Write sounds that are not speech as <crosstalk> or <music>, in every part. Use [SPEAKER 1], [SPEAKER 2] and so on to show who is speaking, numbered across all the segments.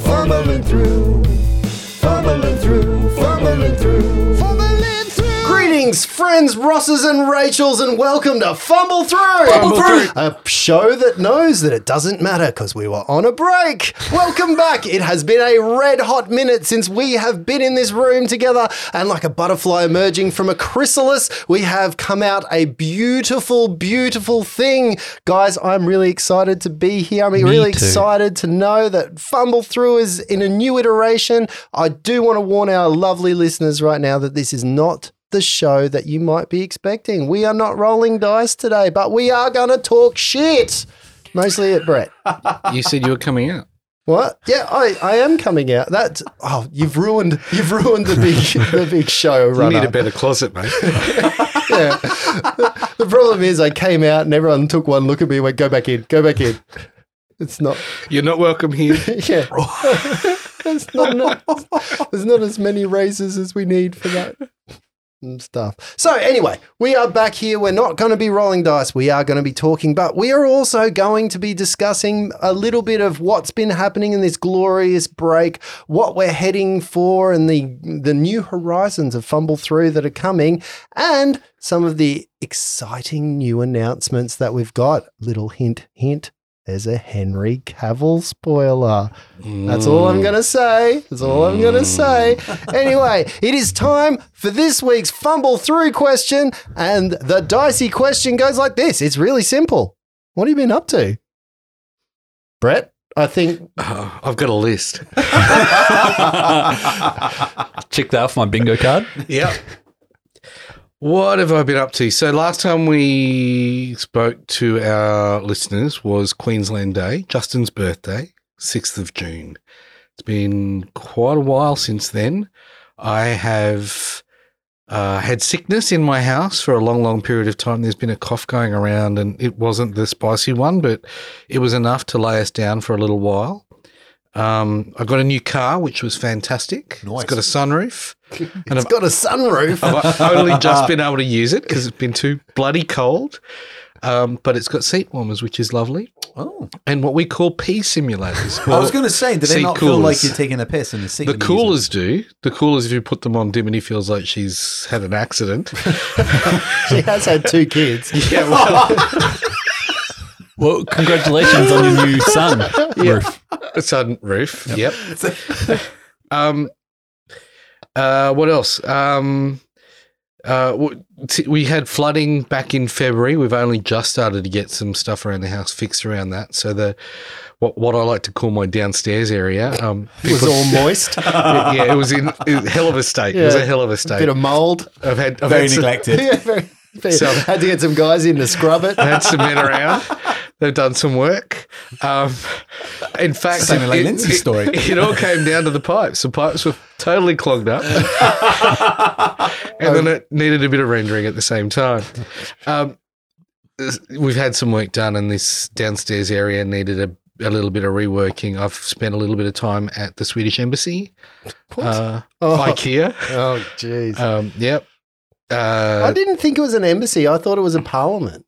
[SPEAKER 1] fumbling through, fumbling through, fumbling through, fumbling through.
[SPEAKER 2] Greetings, friends, Rosses and Rachels, and welcome to Fumble Through!
[SPEAKER 3] Fumble Through!
[SPEAKER 2] A show that knows that it doesn't matter because we were on a break. Welcome back. It has been a red hot minute since we have been in this room together, and like a butterfly emerging from a chrysalis, we have come out a beautiful, beautiful thing. Guys, I'm really excited to be here. I'm really
[SPEAKER 3] too.
[SPEAKER 2] excited to know that Fumble Through is in a new iteration. I do want to warn our lovely listeners right now that this is not the show that you might be expecting. We are not rolling dice today, but we are going to talk shit. Mostly at
[SPEAKER 3] <laughs>
[SPEAKER 2] Brett.
[SPEAKER 3] You said you were coming out.
[SPEAKER 2] What? Yeah, I, I am coming out. That's oh, you've ruined you've ruined the
[SPEAKER 3] <laughs>
[SPEAKER 2] big the big show
[SPEAKER 3] You
[SPEAKER 2] runner.
[SPEAKER 3] need a better closet, mate.
[SPEAKER 2] Yeah. the problem is I came out and everyone took one look at me and went, go back in, go back
[SPEAKER 3] <laughs>
[SPEAKER 2] in. It's not
[SPEAKER 3] <laughs> You're not welcome here.
[SPEAKER 2] <laughs> yeah. there's, not enough- there's not as many razors as we need for that <laughs> and stuff. So anyway, we are back here. We're not going to be rolling dice. We are going to be talking, but we are also going to be discussing a little bit of what's been happening in this glorious break, what we're heading for, and the the new horizons of Fumble Through that are coming, and some of the exciting new announcements that we've got. Little hint, hint. There's a Henry Cavill spoiler. That's all I'm going to say. That's all I'm going to say. Anyway, it is time for this week's fumble through question. And the dicey question goes like this it's really simple. What have you been up to? Brett, I think
[SPEAKER 3] Oh, I've got a <laughs> list.
[SPEAKER 4] Check that off my bingo card.
[SPEAKER 3] Yep. What have I been up to? So last time we spoke to our listeners was Queensland Day, Justin's birthday, 6th of June. It's been quite a while since then. I have uh, had sickness in my house for a long, long period of time. There's been a cough going around, and it wasn't the spicy one, but it was enough to lay us down for a little while. Um, I got a new car, which was fantastic.
[SPEAKER 1] Nice.
[SPEAKER 3] It's got a sunroof. and
[SPEAKER 2] it's got a sunroof.
[SPEAKER 3] I've only just been able to use it because it's been too bloody cold. Um, but it's got seat warmers, which is lovely,
[SPEAKER 1] Oh,
[SPEAKER 3] and what we call pee simulators.
[SPEAKER 1] I was going to say, do they
[SPEAKER 3] Seat
[SPEAKER 1] not feel like
[SPEAKER 3] coolers.
[SPEAKER 1] you're taking a piss in the seat?
[SPEAKER 3] the
[SPEAKER 1] when you use them?
[SPEAKER 3] coolers do. The coolers, if you put them on, Dimity feels like she's had an accident.
[SPEAKER 2] <laughs> she has had two kids.
[SPEAKER 3] yeah, well,
[SPEAKER 4] Well, congratulations on your
[SPEAKER 1] <laughs>
[SPEAKER 4] new son. Roof.
[SPEAKER 3] sunroof. Yep. <laughs> um, uh, what else? Um, uh, w- t- we had flooding back in February. We've only just started to get some stuff around the house fixed around that. So the what what I like to call my downstairs area um, <laughs>
[SPEAKER 2] It was all moist, a
[SPEAKER 3] yeah, it was in it was a hell of a state. It was
[SPEAKER 2] Yeah.
[SPEAKER 3] a hell of a state.
[SPEAKER 2] bit of mold.
[SPEAKER 3] I've had I've
[SPEAKER 1] Very
[SPEAKER 3] had some,
[SPEAKER 2] <laughs>
[SPEAKER 1] neglected.
[SPEAKER 2] Yeah, very, very-
[SPEAKER 3] So-
[SPEAKER 2] had to get some guys in to scrub it.
[SPEAKER 3] had some men around. They've done some work. Um, in fact,
[SPEAKER 1] Sounded like Lindsay's
[SPEAKER 3] it,
[SPEAKER 1] story.
[SPEAKER 3] It all came down to the pipes. The pipes were totally clogged up, and then it needed a bit of rendering at the same time. Um, we've had some work done, and this downstairs area needed a. A little bit of reworking. I've spent a little bit of time at the Swedish Embassy, uh,
[SPEAKER 2] Oh.
[SPEAKER 3] IKEA.
[SPEAKER 2] Oh, jeez.
[SPEAKER 3] Um, yep.
[SPEAKER 2] I
[SPEAKER 3] Uh,
[SPEAKER 2] didn't think it was an embassy. I thought it was a parliament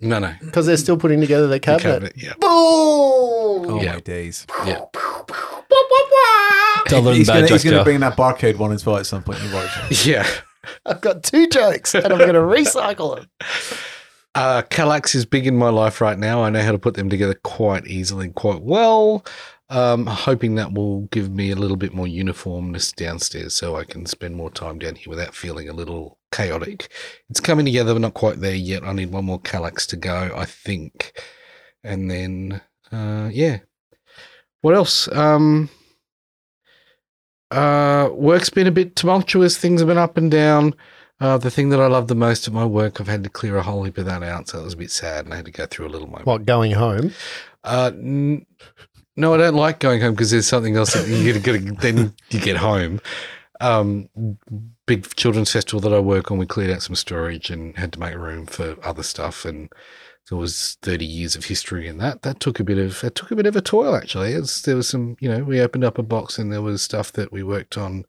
[SPEAKER 3] no, no.
[SPEAKER 2] because they're still putting together their
[SPEAKER 3] the
[SPEAKER 2] cabinet.
[SPEAKER 3] cabinet, Yeah.
[SPEAKER 2] Boom!
[SPEAKER 1] Oh
[SPEAKER 3] Yeah.
[SPEAKER 1] my days!
[SPEAKER 4] Tell them
[SPEAKER 1] He's
[SPEAKER 4] bad
[SPEAKER 1] gonna-
[SPEAKER 4] joke,
[SPEAKER 1] he's going to
[SPEAKER 4] Joe.
[SPEAKER 1] bring that barcode one as well at some point. You
[SPEAKER 3] <laughs>
[SPEAKER 1] watch.
[SPEAKER 3] Yeah.
[SPEAKER 2] I've got two jokes and I'm going to recycle them.
[SPEAKER 3] Uh, Kallax is big in my life right now. I know how to put them together quite easily, and quite well. Um, hoping that will give me a little bit more uniformness downstairs so I can spend more time down here without feeling a little chaotic. It's coming together, but not quite there yet. I need one more Kallax to go, I think. And then, uh, yeah. What else? Um, uh, work's been a bit tumultuous. Things have been up and down. Uh, the thing that I love the most at my work, I've had to clear a whole heap of that out, so it was a bit sad, and I had to go through a little moment.
[SPEAKER 2] What, going home?
[SPEAKER 3] Uh, n- no, I don't like going home because there's something else that you gotta, gotta then you get home. Um, big children's festival that I work on, we cleared out some storage and had to make room for other stuff, and there was 30 years of history in that. That took a bit of that took a bit of a toil actually. It's, there was some, you know, we opened up a box and there was stuff that we worked on.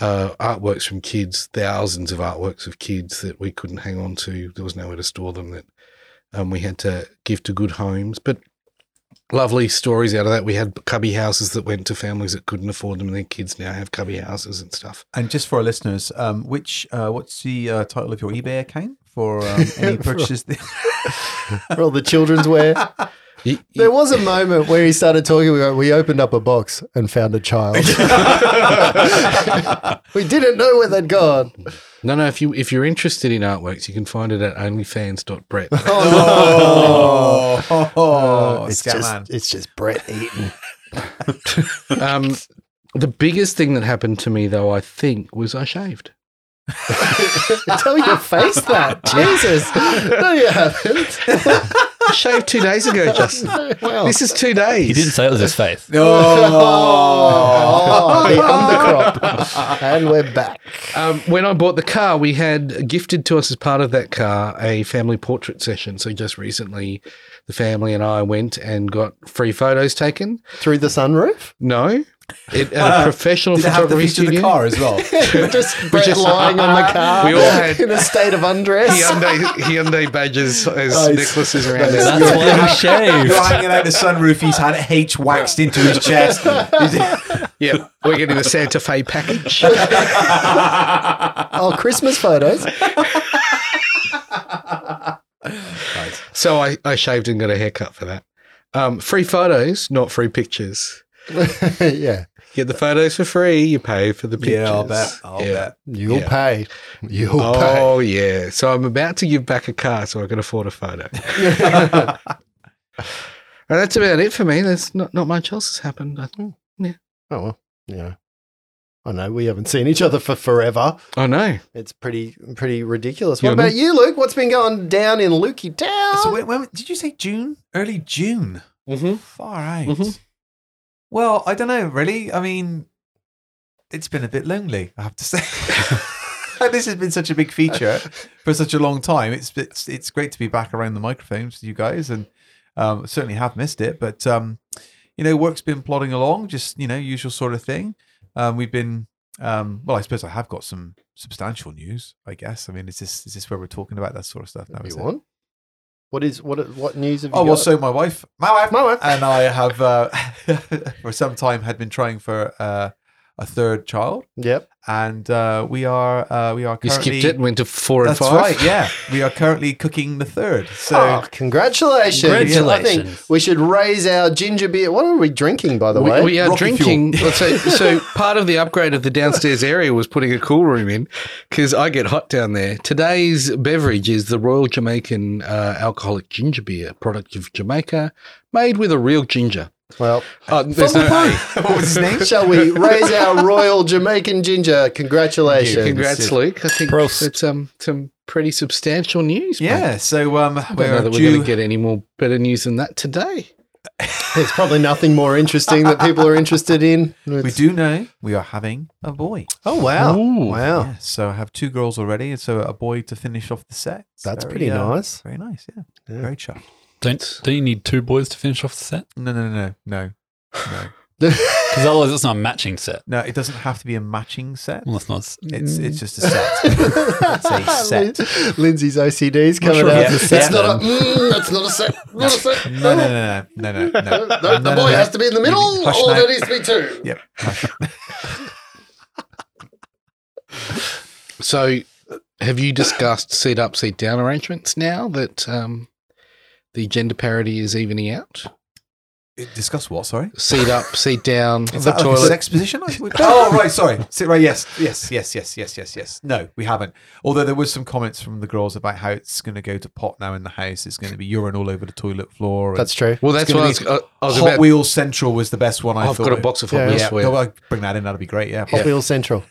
[SPEAKER 3] Uh, artworks from kids, thousands of artworks of kids that we couldn't hang on to. There was nowhere to store them that um, we had to give to good homes. But lovely stories out of that. We had cubby houses that went to families that couldn't afford them, and their kids now have cubby houses and stuff.
[SPEAKER 1] And just for our listeners, um, which uh, what's the uh, title of your eBay account for
[SPEAKER 4] <laughs>
[SPEAKER 1] um, any purchases?
[SPEAKER 2] for all the children's wear. <laughs>
[SPEAKER 3] You-
[SPEAKER 2] There was a moment where he started talking. We, went, we opened up a box and found a <laughs> child. we didn't know where they'd gone.
[SPEAKER 3] No, no. If you if you're interested in artworks, you can find it at onlyfans.brett.
[SPEAKER 1] oh, oh, <laughs> oh,
[SPEAKER 2] it's
[SPEAKER 1] Scatman.
[SPEAKER 2] just it's just Brett Eaton.
[SPEAKER 3] um, the biggest thing that happened to me, though, I think, was I shaved.
[SPEAKER 2] <laughs> Tell your face that <laughs> Jesus. No, you <laughs> haven't.
[SPEAKER 3] I shaved two days ago, Justin.
[SPEAKER 2] Well,
[SPEAKER 3] This is two days.
[SPEAKER 4] He didn't say it was his face.
[SPEAKER 2] oh, the undercrop, and we're back.
[SPEAKER 3] Um, when I bought the car, we had gifted to us as part of that car a family portrait session. So just recently, the family and I went and got free photos taken.
[SPEAKER 2] Through the sunroof, <laughs>
[SPEAKER 3] No, it, at a professional
[SPEAKER 1] Uh, Did it have the
[SPEAKER 3] photography
[SPEAKER 1] feature of the
[SPEAKER 3] studio.
[SPEAKER 1] car as
[SPEAKER 4] <laughs>
[SPEAKER 1] well?
[SPEAKER 2] just Brett
[SPEAKER 3] just-
[SPEAKER 2] lying on <laughs> the car
[SPEAKER 3] We all had-
[SPEAKER 2] in a state of undress.
[SPEAKER 3] Hyundai, Hyundai badges as
[SPEAKER 1] Nice.
[SPEAKER 3] necklaces around it.
[SPEAKER 4] That's why he shaved.
[SPEAKER 1] You're hanging out the sunroof. He's had H waxed into his
[SPEAKER 4] <laughs>
[SPEAKER 1] chest. <laughs>
[SPEAKER 3] Yeah, we're getting the Santa Fe package.
[SPEAKER 2] Oh, Christmas photos.
[SPEAKER 3] So I, I shaved and got a haircut for that. Um, free photos, not free pictures.
[SPEAKER 2] <laughs> yeah,
[SPEAKER 3] Get the photos for free. You pay for the pictures.
[SPEAKER 1] yeah, I'll bet. I'll
[SPEAKER 3] Yeah.
[SPEAKER 1] bet.
[SPEAKER 2] you'll
[SPEAKER 3] Yeah.
[SPEAKER 2] pay. You'll pay.
[SPEAKER 3] Oh yeah. So I'm about to give back a car so I can afford a photo. and
[SPEAKER 1] <laughs>
[SPEAKER 3] that's about it for me. There's not, not much else has happened. I
[SPEAKER 1] Hmm.
[SPEAKER 3] think.
[SPEAKER 2] <laughs> Oh well, yeah. I know we haven't seen each other for forever.
[SPEAKER 3] Oh no.
[SPEAKER 2] It's pretty pretty ridiculous.
[SPEAKER 3] Yeah,
[SPEAKER 2] What
[SPEAKER 3] I know.
[SPEAKER 2] about you, Luke? What's been going down in Lukey Town?
[SPEAKER 1] So when, when- did you say June? Early June.
[SPEAKER 3] Mm-hmm.
[SPEAKER 1] Far out.
[SPEAKER 3] Mhm.
[SPEAKER 1] Well, I don't know really. I mean, it's been a bit lonely, I have
[SPEAKER 2] <laughs>
[SPEAKER 1] to say. this has been such a big feature for such a long time. It's it's it's great to be back around the microphones with you guys, and um, certainly have missed it. But um, you know, work's been plodding along, just you know, usual sort of thing. Um, we've been um, well, I suppose I have got some substantial news. I guess. I mean, is this is this where we're talking about that sort of stuff now?
[SPEAKER 2] you
[SPEAKER 1] is it?
[SPEAKER 2] want? What is what what news have you
[SPEAKER 1] Oh well,
[SPEAKER 2] got?
[SPEAKER 1] so my wife, my wife,
[SPEAKER 2] My wife.
[SPEAKER 1] and I have uh, <laughs> for some time had been trying for uh, a third child,
[SPEAKER 2] yep.
[SPEAKER 1] and uh, we are uh, we are
[SPEAKER 3] You
[SPEAKER 1] currently.
[SPEAKER 3] skipped it and went to four
[SPEAKER 1] that's
[SPEAKER 3] and five.
[SPEAKER 1] right. Yeah, we are currently cooking the third. So
[SPEAKER 2] oh, congratulations. I think
[SPEAKER 4] Congratulations.
[SPEAKER 2] we should raise our ginger beer. What are we drinking, by the
[SPEAKER 3] We,
[SPEAKER 2] way?
[SPEAKER 3] we are
[SPEAKER 1] Rocket
[SPEAKER 3] drinking. so, so part of the upgrade of the downstairs area was putting a cool room in because I get hot down there. Today's beverage is the Royal Jamaican uh, alcoholic ginger beer, product of Jamaica, made with a real ginger.
[SPEAKER 1] <laughs>
[SPEAKER 2] well,
[SPEAKER 3] Uh, there's no A.
[SPEAKER 1] what was
[SPEAKER 2] <laughs>
[SPEAKER 1] his name?
[SPEAKER 2] shall we raise our royal Jamaican ginger? Congratulations.
[SPEAKER 3] Congrats, Luke. I think
[SPEAKER 4] Prost.
[SPEAKER 3] that's um, some pretty substantial news. mate.
[SPEAKER 1] Yeah. So um,
[SPEAKER 3] I don't know
[SPEAKER 1] we're
[SPEAKER 3] that we're
[SPEAKER 1] due.
[SPEAKER 3] going to get any more better news than that today.
[SPEAKER 2] There's probably nothing more interesting that people are interested in.
[SPEAKER 1] we do know we are having a boy.
[SPEAKER 2] Oh wow.
[SPEAKER 3] Ooh.
[SPEAKER 2] wow.
[SPEAKER 1] Yeah, so I have two girls already, and so a boy to finish off the set. It's
[SPEAKER 2] That's
[SPEAKER 1] very,
[SPEAKER 2] pretty
[SPEAKER 1] uh,
[SPEAKER 2] nice.
[SPEAKER 1] Very nice. Yeah.
[SPEAKER 2] Yeah.
[SPEAKER 1] Very chuffed.
[SPEAKER 4] Don't, don't you need two boys to finish off the set?
[SPEAKER 1] No, no, no, no, no, no.
[SPEAKER 4] Because otherwise it's not a matching set.
[SPEAKER 1] No, it doesn't have to be a matching set.
[SPEAKER 4] Well, it's not.
[SPEAKER 1] It's it's just a set. It's a
[SPEAKER 2] <laughs> Lin- Lindsay's OCD's coming
[SPEAKER 4] sure
[SPEAKER 2] out.
[SPEAKER 1] if it's a
[SPEAKER 2] That's
[SPEAKER 1] set,
[SPEAKER 2] not a. Mm, that's not a set. Not a set.
[SPEAKER 1] No, no, no, no, no, no.
[SPEAKER 2] No,
[SPEAKER 1] no.
[SPEAKER 2] <laughs> the
[SPEAKER 1] no,
[SPEAKER 2] boy
[SPEAKER 1] no.
[SPEAKER 2] has to be in the middle,
[SPEAKER 1] Hush
[SPEAKER 2] or
[SPEAKER 1] now.
[SPEAKER 2] there needs to be two.
[SPEAKER 1] Yep.
[SPEAKER 3] So, have you discussed seat up, seat down arrangements now that um, the gender parity is evening out?
[SPEAKER 1] Discuss what? Sorry.
[SPEAKER 3] Seat up, seat down,
[SPEAKER 1] Is
[SPEAKER 3] the
[SPEAKER 1] that like a
[SPEAKER 3] toilet. <laughs>
[SPEAKER 1] sex position? I- we- oh, right. Sorry. Sit right. Yes. Yes. Yes. Yes. Yes. Yes. Yes. No, we haven't. Although there was some comments from the girls about how it's going to go to pot now in the house. It's going to be urine all over the toilet floor. and
[SPEAKER 2] That's true.
[SPEAKER 3] Well, that's
[SPEAKER 1] It's
[SPEAKER 3] what I
[SPEAKER 1] gonna
[SPEAKER 3] was, I, I was
[SPEAKER 1] Hot
[SPEAKER 3] about.
[SPEAKER 1] Wheel Central was the best one. I
[SPEAKER 3] I've
[SPEAKER 1] thought.
[SPEAKER 3] got a box of hot
[SPEAKER 2] Yeah.
[SPEAKER 3] wheels
[SPEAKER 1] Yeah,
[SPEAKER 3] for
[SPEAKER 1] no,
[SPEAKER 3] you.
[SPEAKER 1] I'll bring that in. That'll be great. Yeah.
[SPEAKER 2] Hot Wheel Central.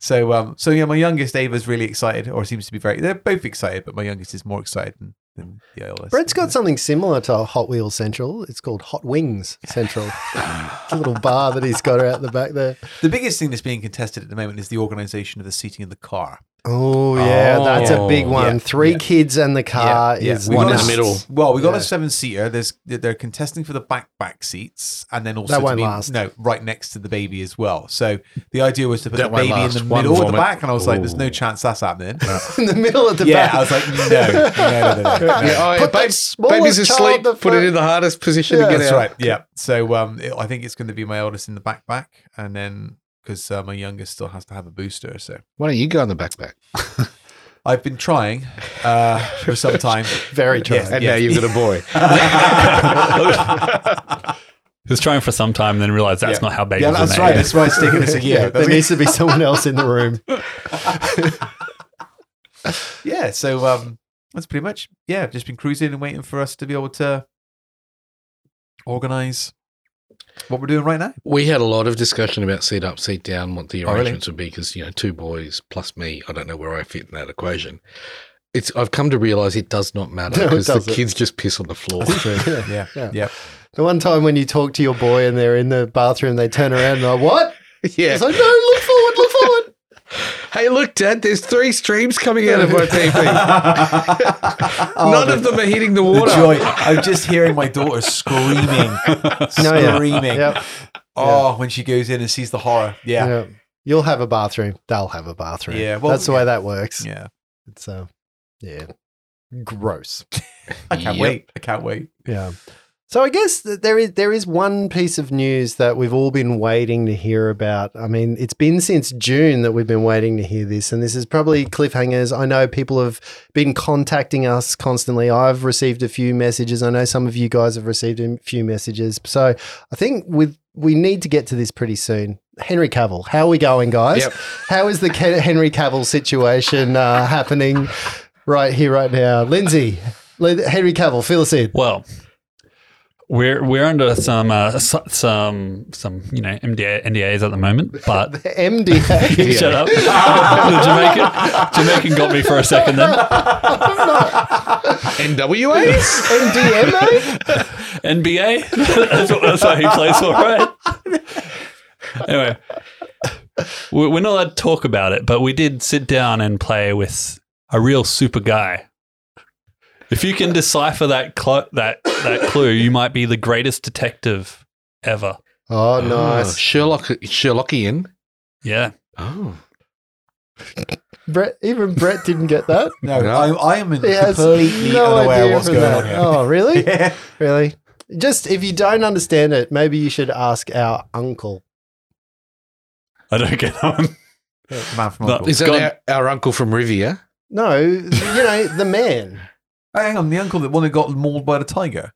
[SPEAKER 1] So, um, so yeah, my youngest Ava's really excited, or seems to be very. They're both excited, but my youngest is more excited than, than the oldest.
[SPEAKER 2] Brett's got something similar to Hot Wheel Central. It's called Hot Wings Central. it's a little bar that he's got out the back there.
[SPEAKER 1] The biggest thing that's being contested at the moment is the organisation of the seating in the car.
[SPEAKER 2] Oh yeah, that's a big
[SPEAKER 3] Oh,
[SPEAKER 2] one.
[SPEAKER 1] yeah,
[SPEAKER 2] Three
[SPEAKER 1] yeah.
[SPEAKER 2] kids and the car
[SPEAKER 1] yeah.
[SPEAKER 2] is
[SPEAKER 1] We got
[SPEAKER 3] One in
[SPEAKER 2] nuts.
[SPEAKER 3] the middle.
[SPEAKER 1] Well, we got
[SPEAKER 2] Yeah.
[SPEAKER 1] a seven seater. There's they're contesting for the back back seats, and then also
[SPEAKER 2] That
[SPEAKER 1] to
[SPEAKER 2] won't
[SPEAKER 1] be-
[SPEAKER 2] last.
[SPEAKER 1] No, right next to the baby as well. So the idea was to put
[SPEAKER 3] That
[SPEAKER 1] the
[SPEAKER 3] won't
[SPEAKER 1] baby in the
[SPEAKER 3] last. One
[SPEAKER 1] middle or the
[SPEAKER 3] vomit.
[SPEAKER 1] back, and I was like, "There's
[SPEAKER 3] Ooh.
[SPEAKER 1] no chance that's
[SPEAKER 2] <laughs>
[SPEAKER 1] happening." <laughs>
[SPEAKER 2] In the middle of the
[SPEAKER 1] yeah,
[SPEAKER 2] back.
[SPEAKER 1] I was like, "No, no, no, no, no."
[SPEAKER 3] Yeah, oh, yeah,
[SPEAKER 2] Put that
[SPEAKER 3] babe-
[SPEAKER 2] smallest
[SPEAKER 3] baby's
[SPEAKER 2] child
[SPEAKER 3] asleep.
[SPEAKER 2] the
[SPEAKER 3] Put
[SPEAKER 2] fir-
[SPEAKER 3] it in the hardest position
[SPEAKER 2] Yeah.
[SPEAKER 3] to get
[SPEAKER 1] That's
[SPEAKER 3] out.
[SPEAKER 1] right. Yeah. So um, it, I think it's going to be my eldest in the backpack, and then because uh, my youngest still has to have a booster, so
[SPEAKER 3] Why don't you go on the backpack?
[SPEAKER 1] I've been trying uh, for some time.
[SPEAKER 2] Very true.
[SPEAKER 1] Yes.
[SPEAKER 3] And now you've got a boy.
[SPEAKER 2] <laughs>
[SPEAKER 4] He was trying for some time, and then realized
[SPEAKER 1] Yeah.
[SPEAKER 4] that's not how babies
[SPEAKER 1] yeah,
[SPEAKER 4] are
[SPEAKER 1] that's
[SPEAKER 4] made.
[SPEAKER 1] right. That's why it's taken us
[SPEAKER 2] <laughs>
[SPEAKER 1] a
[SPEAKER 2] Yeah,
[SPEAKER 1] year.
[SPEAKER 2] there needs to be someone else in the room.
[SPEAKER 1] yeah. So um, that's pretty much yeah. I've just been cruising and waiting for us to be able to organize what we're doing right now.
[SPEAKER 3] We had a lot of discussion about seat up, seat down, what the
[SPEAKER 1] Oh, really?
[SPEAKER 3] arrangements would be because you know two boys plus me. I don't know where I fit in that equation. It's I've come to realise it does not
[SPEAKER 2] <laughs>
[SPEAKER 3] matter
[SPEAKER 2] No, it
[SPEAKER 3] because the
[SPEAKER 2] doesn't.
[SPEAKER 3] kids just piss on the floor.
[SPEAKER 2] Yeah.
[SPEAKER 1] <laughs> <laughs> Yeah.
[SPEAKER 2] Yeah.
[SPEAKER 1] Yeah.
[SPEAKER 2] The one time when you talk to your boy and they're in the bathroom, they turn around and they're like, what?
[SPEAKER 3] <laughs> yeah.
[SPEAKER 2] It's like, no, look forward, look forward.
[SPEAKER 3] <laughs> hey, look, Dad, there's three streams coming out
[SPEAKER 2] <laughs>
[SPEAKER 3] of my TV.
[SPEAKER 1] Oh,
[SPEAKER 3] None
[SPEAKER 1] <laughs> the-
[SPEAKER 3] of them are hitting the
[SPEAKER 1] the
[SPEAKER 3] water.
[SPEAKER 1] joy. I'm just hearing my daughter <laughs> screaming,
[SPEAKER 2] No, yeah.
[SPEAKER 1] screaming.
[SPEAKER 2] Yep.
[SPEAKER 1] Oh, when she goes in and sees the horror. Yeah.
[SPEAKER 2] Yeah. You'll have a bathroom. They'll have a bathroom.
[SPEAKER 1] Yeah, well,
[SPEAKER 2] That's the way that works.
[SPEAKER 1] Yeah.
[SPEAKER 2] It's, uh, yeah. Gross.
[SPEAKER 1] I can't
[SPEAKER 3] Yep.
[SPEAKER 1] wait. I can't wait.
[SPEAKER 2] Yeah. So I guess that there is there is one piece of news that we've all been waiting to hear about. I mean, it's been since June that we've been waiting to hear this, and this is probably cliffhangers. I know people have been contacting us constantly. I've received a few messages. I know some of you guys have received a few messages. So I think with we need to get to this pretty soon. Henry Cavill, how are we going, guys?
[SPEAKER 3] Yep.
[SPEAKER 2] How is the Ke- Henry Cavill situation uh, happening right here, right now? Lindsay, Lin- Henry Cavill, fill us in.
[SPEAKER 4] Well, we're we're under some uh, s- some some you know MDA, NDAs at the moment,
[SPEAKER 1] <laughs>
[SPEAKER 4] but
[SPEAKER 2] The MDA.
[SPEAKER 4] <laughs> shut up. the Jamaican Jamaican got me for a second then.
[SPEAKER 2] <laughs>
[SPEAKER 3] NWAs? <laughs>
[SPEAKER 2] MDMA?
[SPEAKER 4] NBA. <laughs> that's, what, that's how he plays for, right? anyway, we- we're not allowed to talk about it, but we did sit down and play with a real super guy. If you can decipher that cl- that that clue, you might be the greatest detective ever.
[SPEAKER 2] <laughs> Oh, nice.
[SPEAKER 3] Sherlock Sherlockian.
[SPEAKER 4] Yeah,
[SPEAKER 3] Oh.
[SPEAKER 2] Brett, even Brett didn't get <laughs> that.
[SPEAKER 1] No,
[SPEAKER 3] Yeah.
[SPEAKER 1] I'm, I'm in
[SPEAKER 2] He has
[SPEAKER 1] completely
[SPEAKER 2] no
[SPEAKER 1] unaware of
[SPEAKER 2] idea
[SPEAKER 1] what's
[SPEAKER 2] from
[SPEAKER 1] going
[SPEAKER 2] that.
[SPEAKER 1] on here.
[SPEAKER 2] Oh, <laughs> really?
[SPEAKER 1] <laughs> Yeah.
[SPEAKER 2] Really? Just if you don't understand it, maybe you should ask our uncle.
[SPEAKER 4] I don't get on.
[SPEAKER 1] Man from
[SPEAKER 4] No,
[SPEAKER 1] Uncle.
[SPEAKER 3] Is that
[SPEAKER 4] God.
[SPEAKER 3] our, our uncle from Riviera?
[SPEAKER 2] No, you know, the man.
[SPEAKER 1] Oh, hang on, the uncle that one that got mauled by the tiger.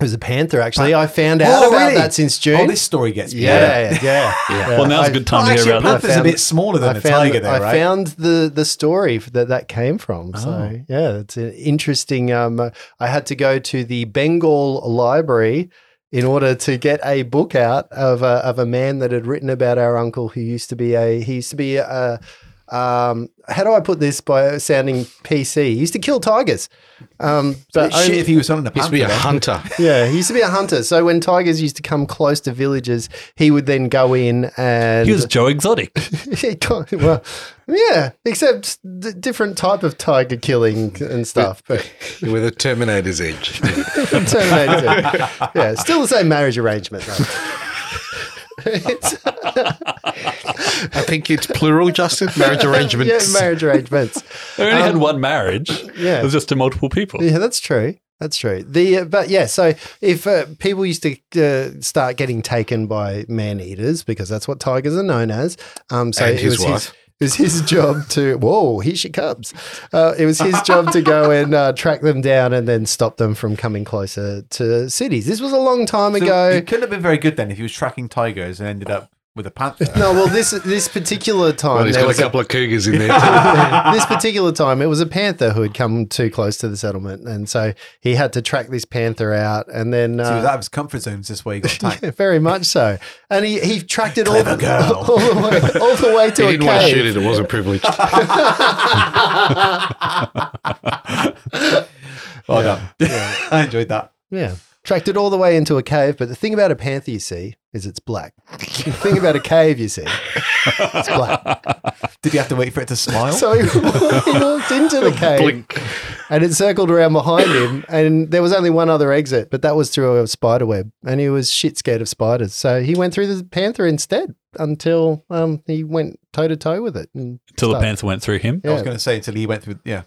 [SPEAKER 2] It was a panther, actually. I found out
[SPEAKER 1] Oh,
[SPEAKER 2] about
[SPEAKER 1] really?
[SPEAKER 2] that since June.
[SPEAKER 1] Oh, this story gets me.
[SPEAKER 2] yeah, yeah, yeah,
[SPEAKER 4] Well, now's a
[SPEAKER 2] I-
[SPEAKER 4] good
[SPEAKER 1] Well,
[SPEAKER 4] time to
[SPEAKER 1] actually,
[SPEAKER 4] hear
[SPEAKER 1] a
[SPEAKER 4] about that.
[SPEAKER 1] panther's a
[SPEAKER 2] found-
[SPEAKER 1] bit smaller than
[SPEAKER 2] I
[SPEAKER 1] a
[SPEAKER 2] found,
[SPEAKER 1] tiger, though,
[SPEAKER 2] I
[SPEAKER 1] right?
[SPEAKER 2] found the the story f- that that came from. So
[SPEAKER 1] Oh.
[SPEAKER 2] yeah, it's an interesting. Um, uh, I had to go to the Bengal library in order to get a book out of a, of a man that had written about our uncle who used to be a he used to be a. uh, Um, how do I put this by sounding PC? He used to kill tigers. Um, but
[SPEAKER 1] Shit,
[SPEAKER 2] only-
[SPEAKER 1] if he was on a
[SPEAKER 3] He used
[SPEAKER 1] panther.
[SPEAKER 3] to be a
[SPEAKER 1] then.
[SPEAKER 3] hunter.
[SPEAKER 2] yeah, he used to be a hunter. So when tigers used to come close to villages, he would then go in and
[SPEAKER 4] He was Joe Exotic.
[SPEAKER 2] <laughs> yeah, kind of- well, yeah, except d- different type of tiger killing and stuff. But
[SPEAKER 3] With a Terminator's
[SPEAKER 2] <laughs>
[SPEAKER 3] edge.
[SPEAKER 2] Terminator, yeah, still the same marriage arrangement. Though. <laughs> It's-
[SPEAKER 3] I think it's plural, Justin. Marriage arrangements.
[SPEAKER 2] yeah, marriage arrangements.
[SPEAKER 4] I only had one marriage.
[SPEAKER 2] Um, yeah.
[SPEAKER 4] It was just to multiple people.
[SPEAKER 2] Yeah, that's true. That's true. The uh, but yeah, so if uh, people used to uh, start getting taken by man eaters because that's what tigers are known as, um, so
[SPEAKER 3] And
[SPEAKER 2] it
[SPEAKER 3] his
[SPEAKER 2] was his.
[SPEAKER 3] wife.
[SPEAKER 2] It was his job to, whoa, here she comes. Uh, it was his job to go and uh, track them down and then stop them from coming closer to cities. This was a long time
[SPEAKER 1] So
[SPEAKER 2] ago.
[SPEAKER 1] He couldn't have been very good then if he was tracking tigers and ended up with a panther.
[SPEAKER 2] <laughs> <laughs> No, well, this this particular time.
[SPEAKER 3] Well, Oh, he's
[SPEAKER 2] there
[SPEAKER 3] got a
[SPEAKER 2] was a-
[SPEAKER 3] couple of cougars in <laughs> there. Too.
[SPEAKER 2] this particular time, it was a panther who had come too close to the settlement. And so he had to track this panther out. And then.
[SPEAKER 1] So he
[SPEAKER 2] Uh,
[SPEAKER 1] was out of his comfort zones this
[SPEAKER 2] <laughs>
[SPEAKER 1] way he got attacked.
[SPEAKER 2] Yeah, very much so. And he, he tracked it all,
[SPEAKER 1] Clever girl.
[SPEAKER 2] <laughs> all the way, all the way to
[SPEAKER 3] he
[SPEAKER 2] a
[SPEAKER 3] didn't want to shoot
[SPEAKER 2] cave.
[SPEAKER 3] it. It wasn't privileged.
[SPEAKER 1] Well done. I enjoyed that.
[SPEAKER 2] <laughs>
[SPEAKER 1] <laughs>
[SPEAKER 2] Yeah. Tracked it all the way into a cave. But the thing about a panther, you see, is it's black. The thing about a cave, you see, it's black.
[SPEAKER 3] <laughs>
[SPEAKER 1] Did you have to wait for it to smile?
[SPEAKER 2] So he, <laughs> he walked into the cave
[SPEAKER 3] Blink.
[SPEAKER 2] and it circled around behind him. And there was only one other exit, but that was through a spider web. And he was shit scared of spiders. So he went through the panther instead until um, he went toe to toe with it. And
[SPEAKER 4] Till the
[SPEAKER 2] stuff.
[SPEAKER 4] panther went through him.
[SPEAKER 1] I was
[SPEAKER 2] Yeah.
[SPEAKER 1] going to say until he went through.
[SPEAKER 2] <laughs>
[SPEAKER 1] Yeah,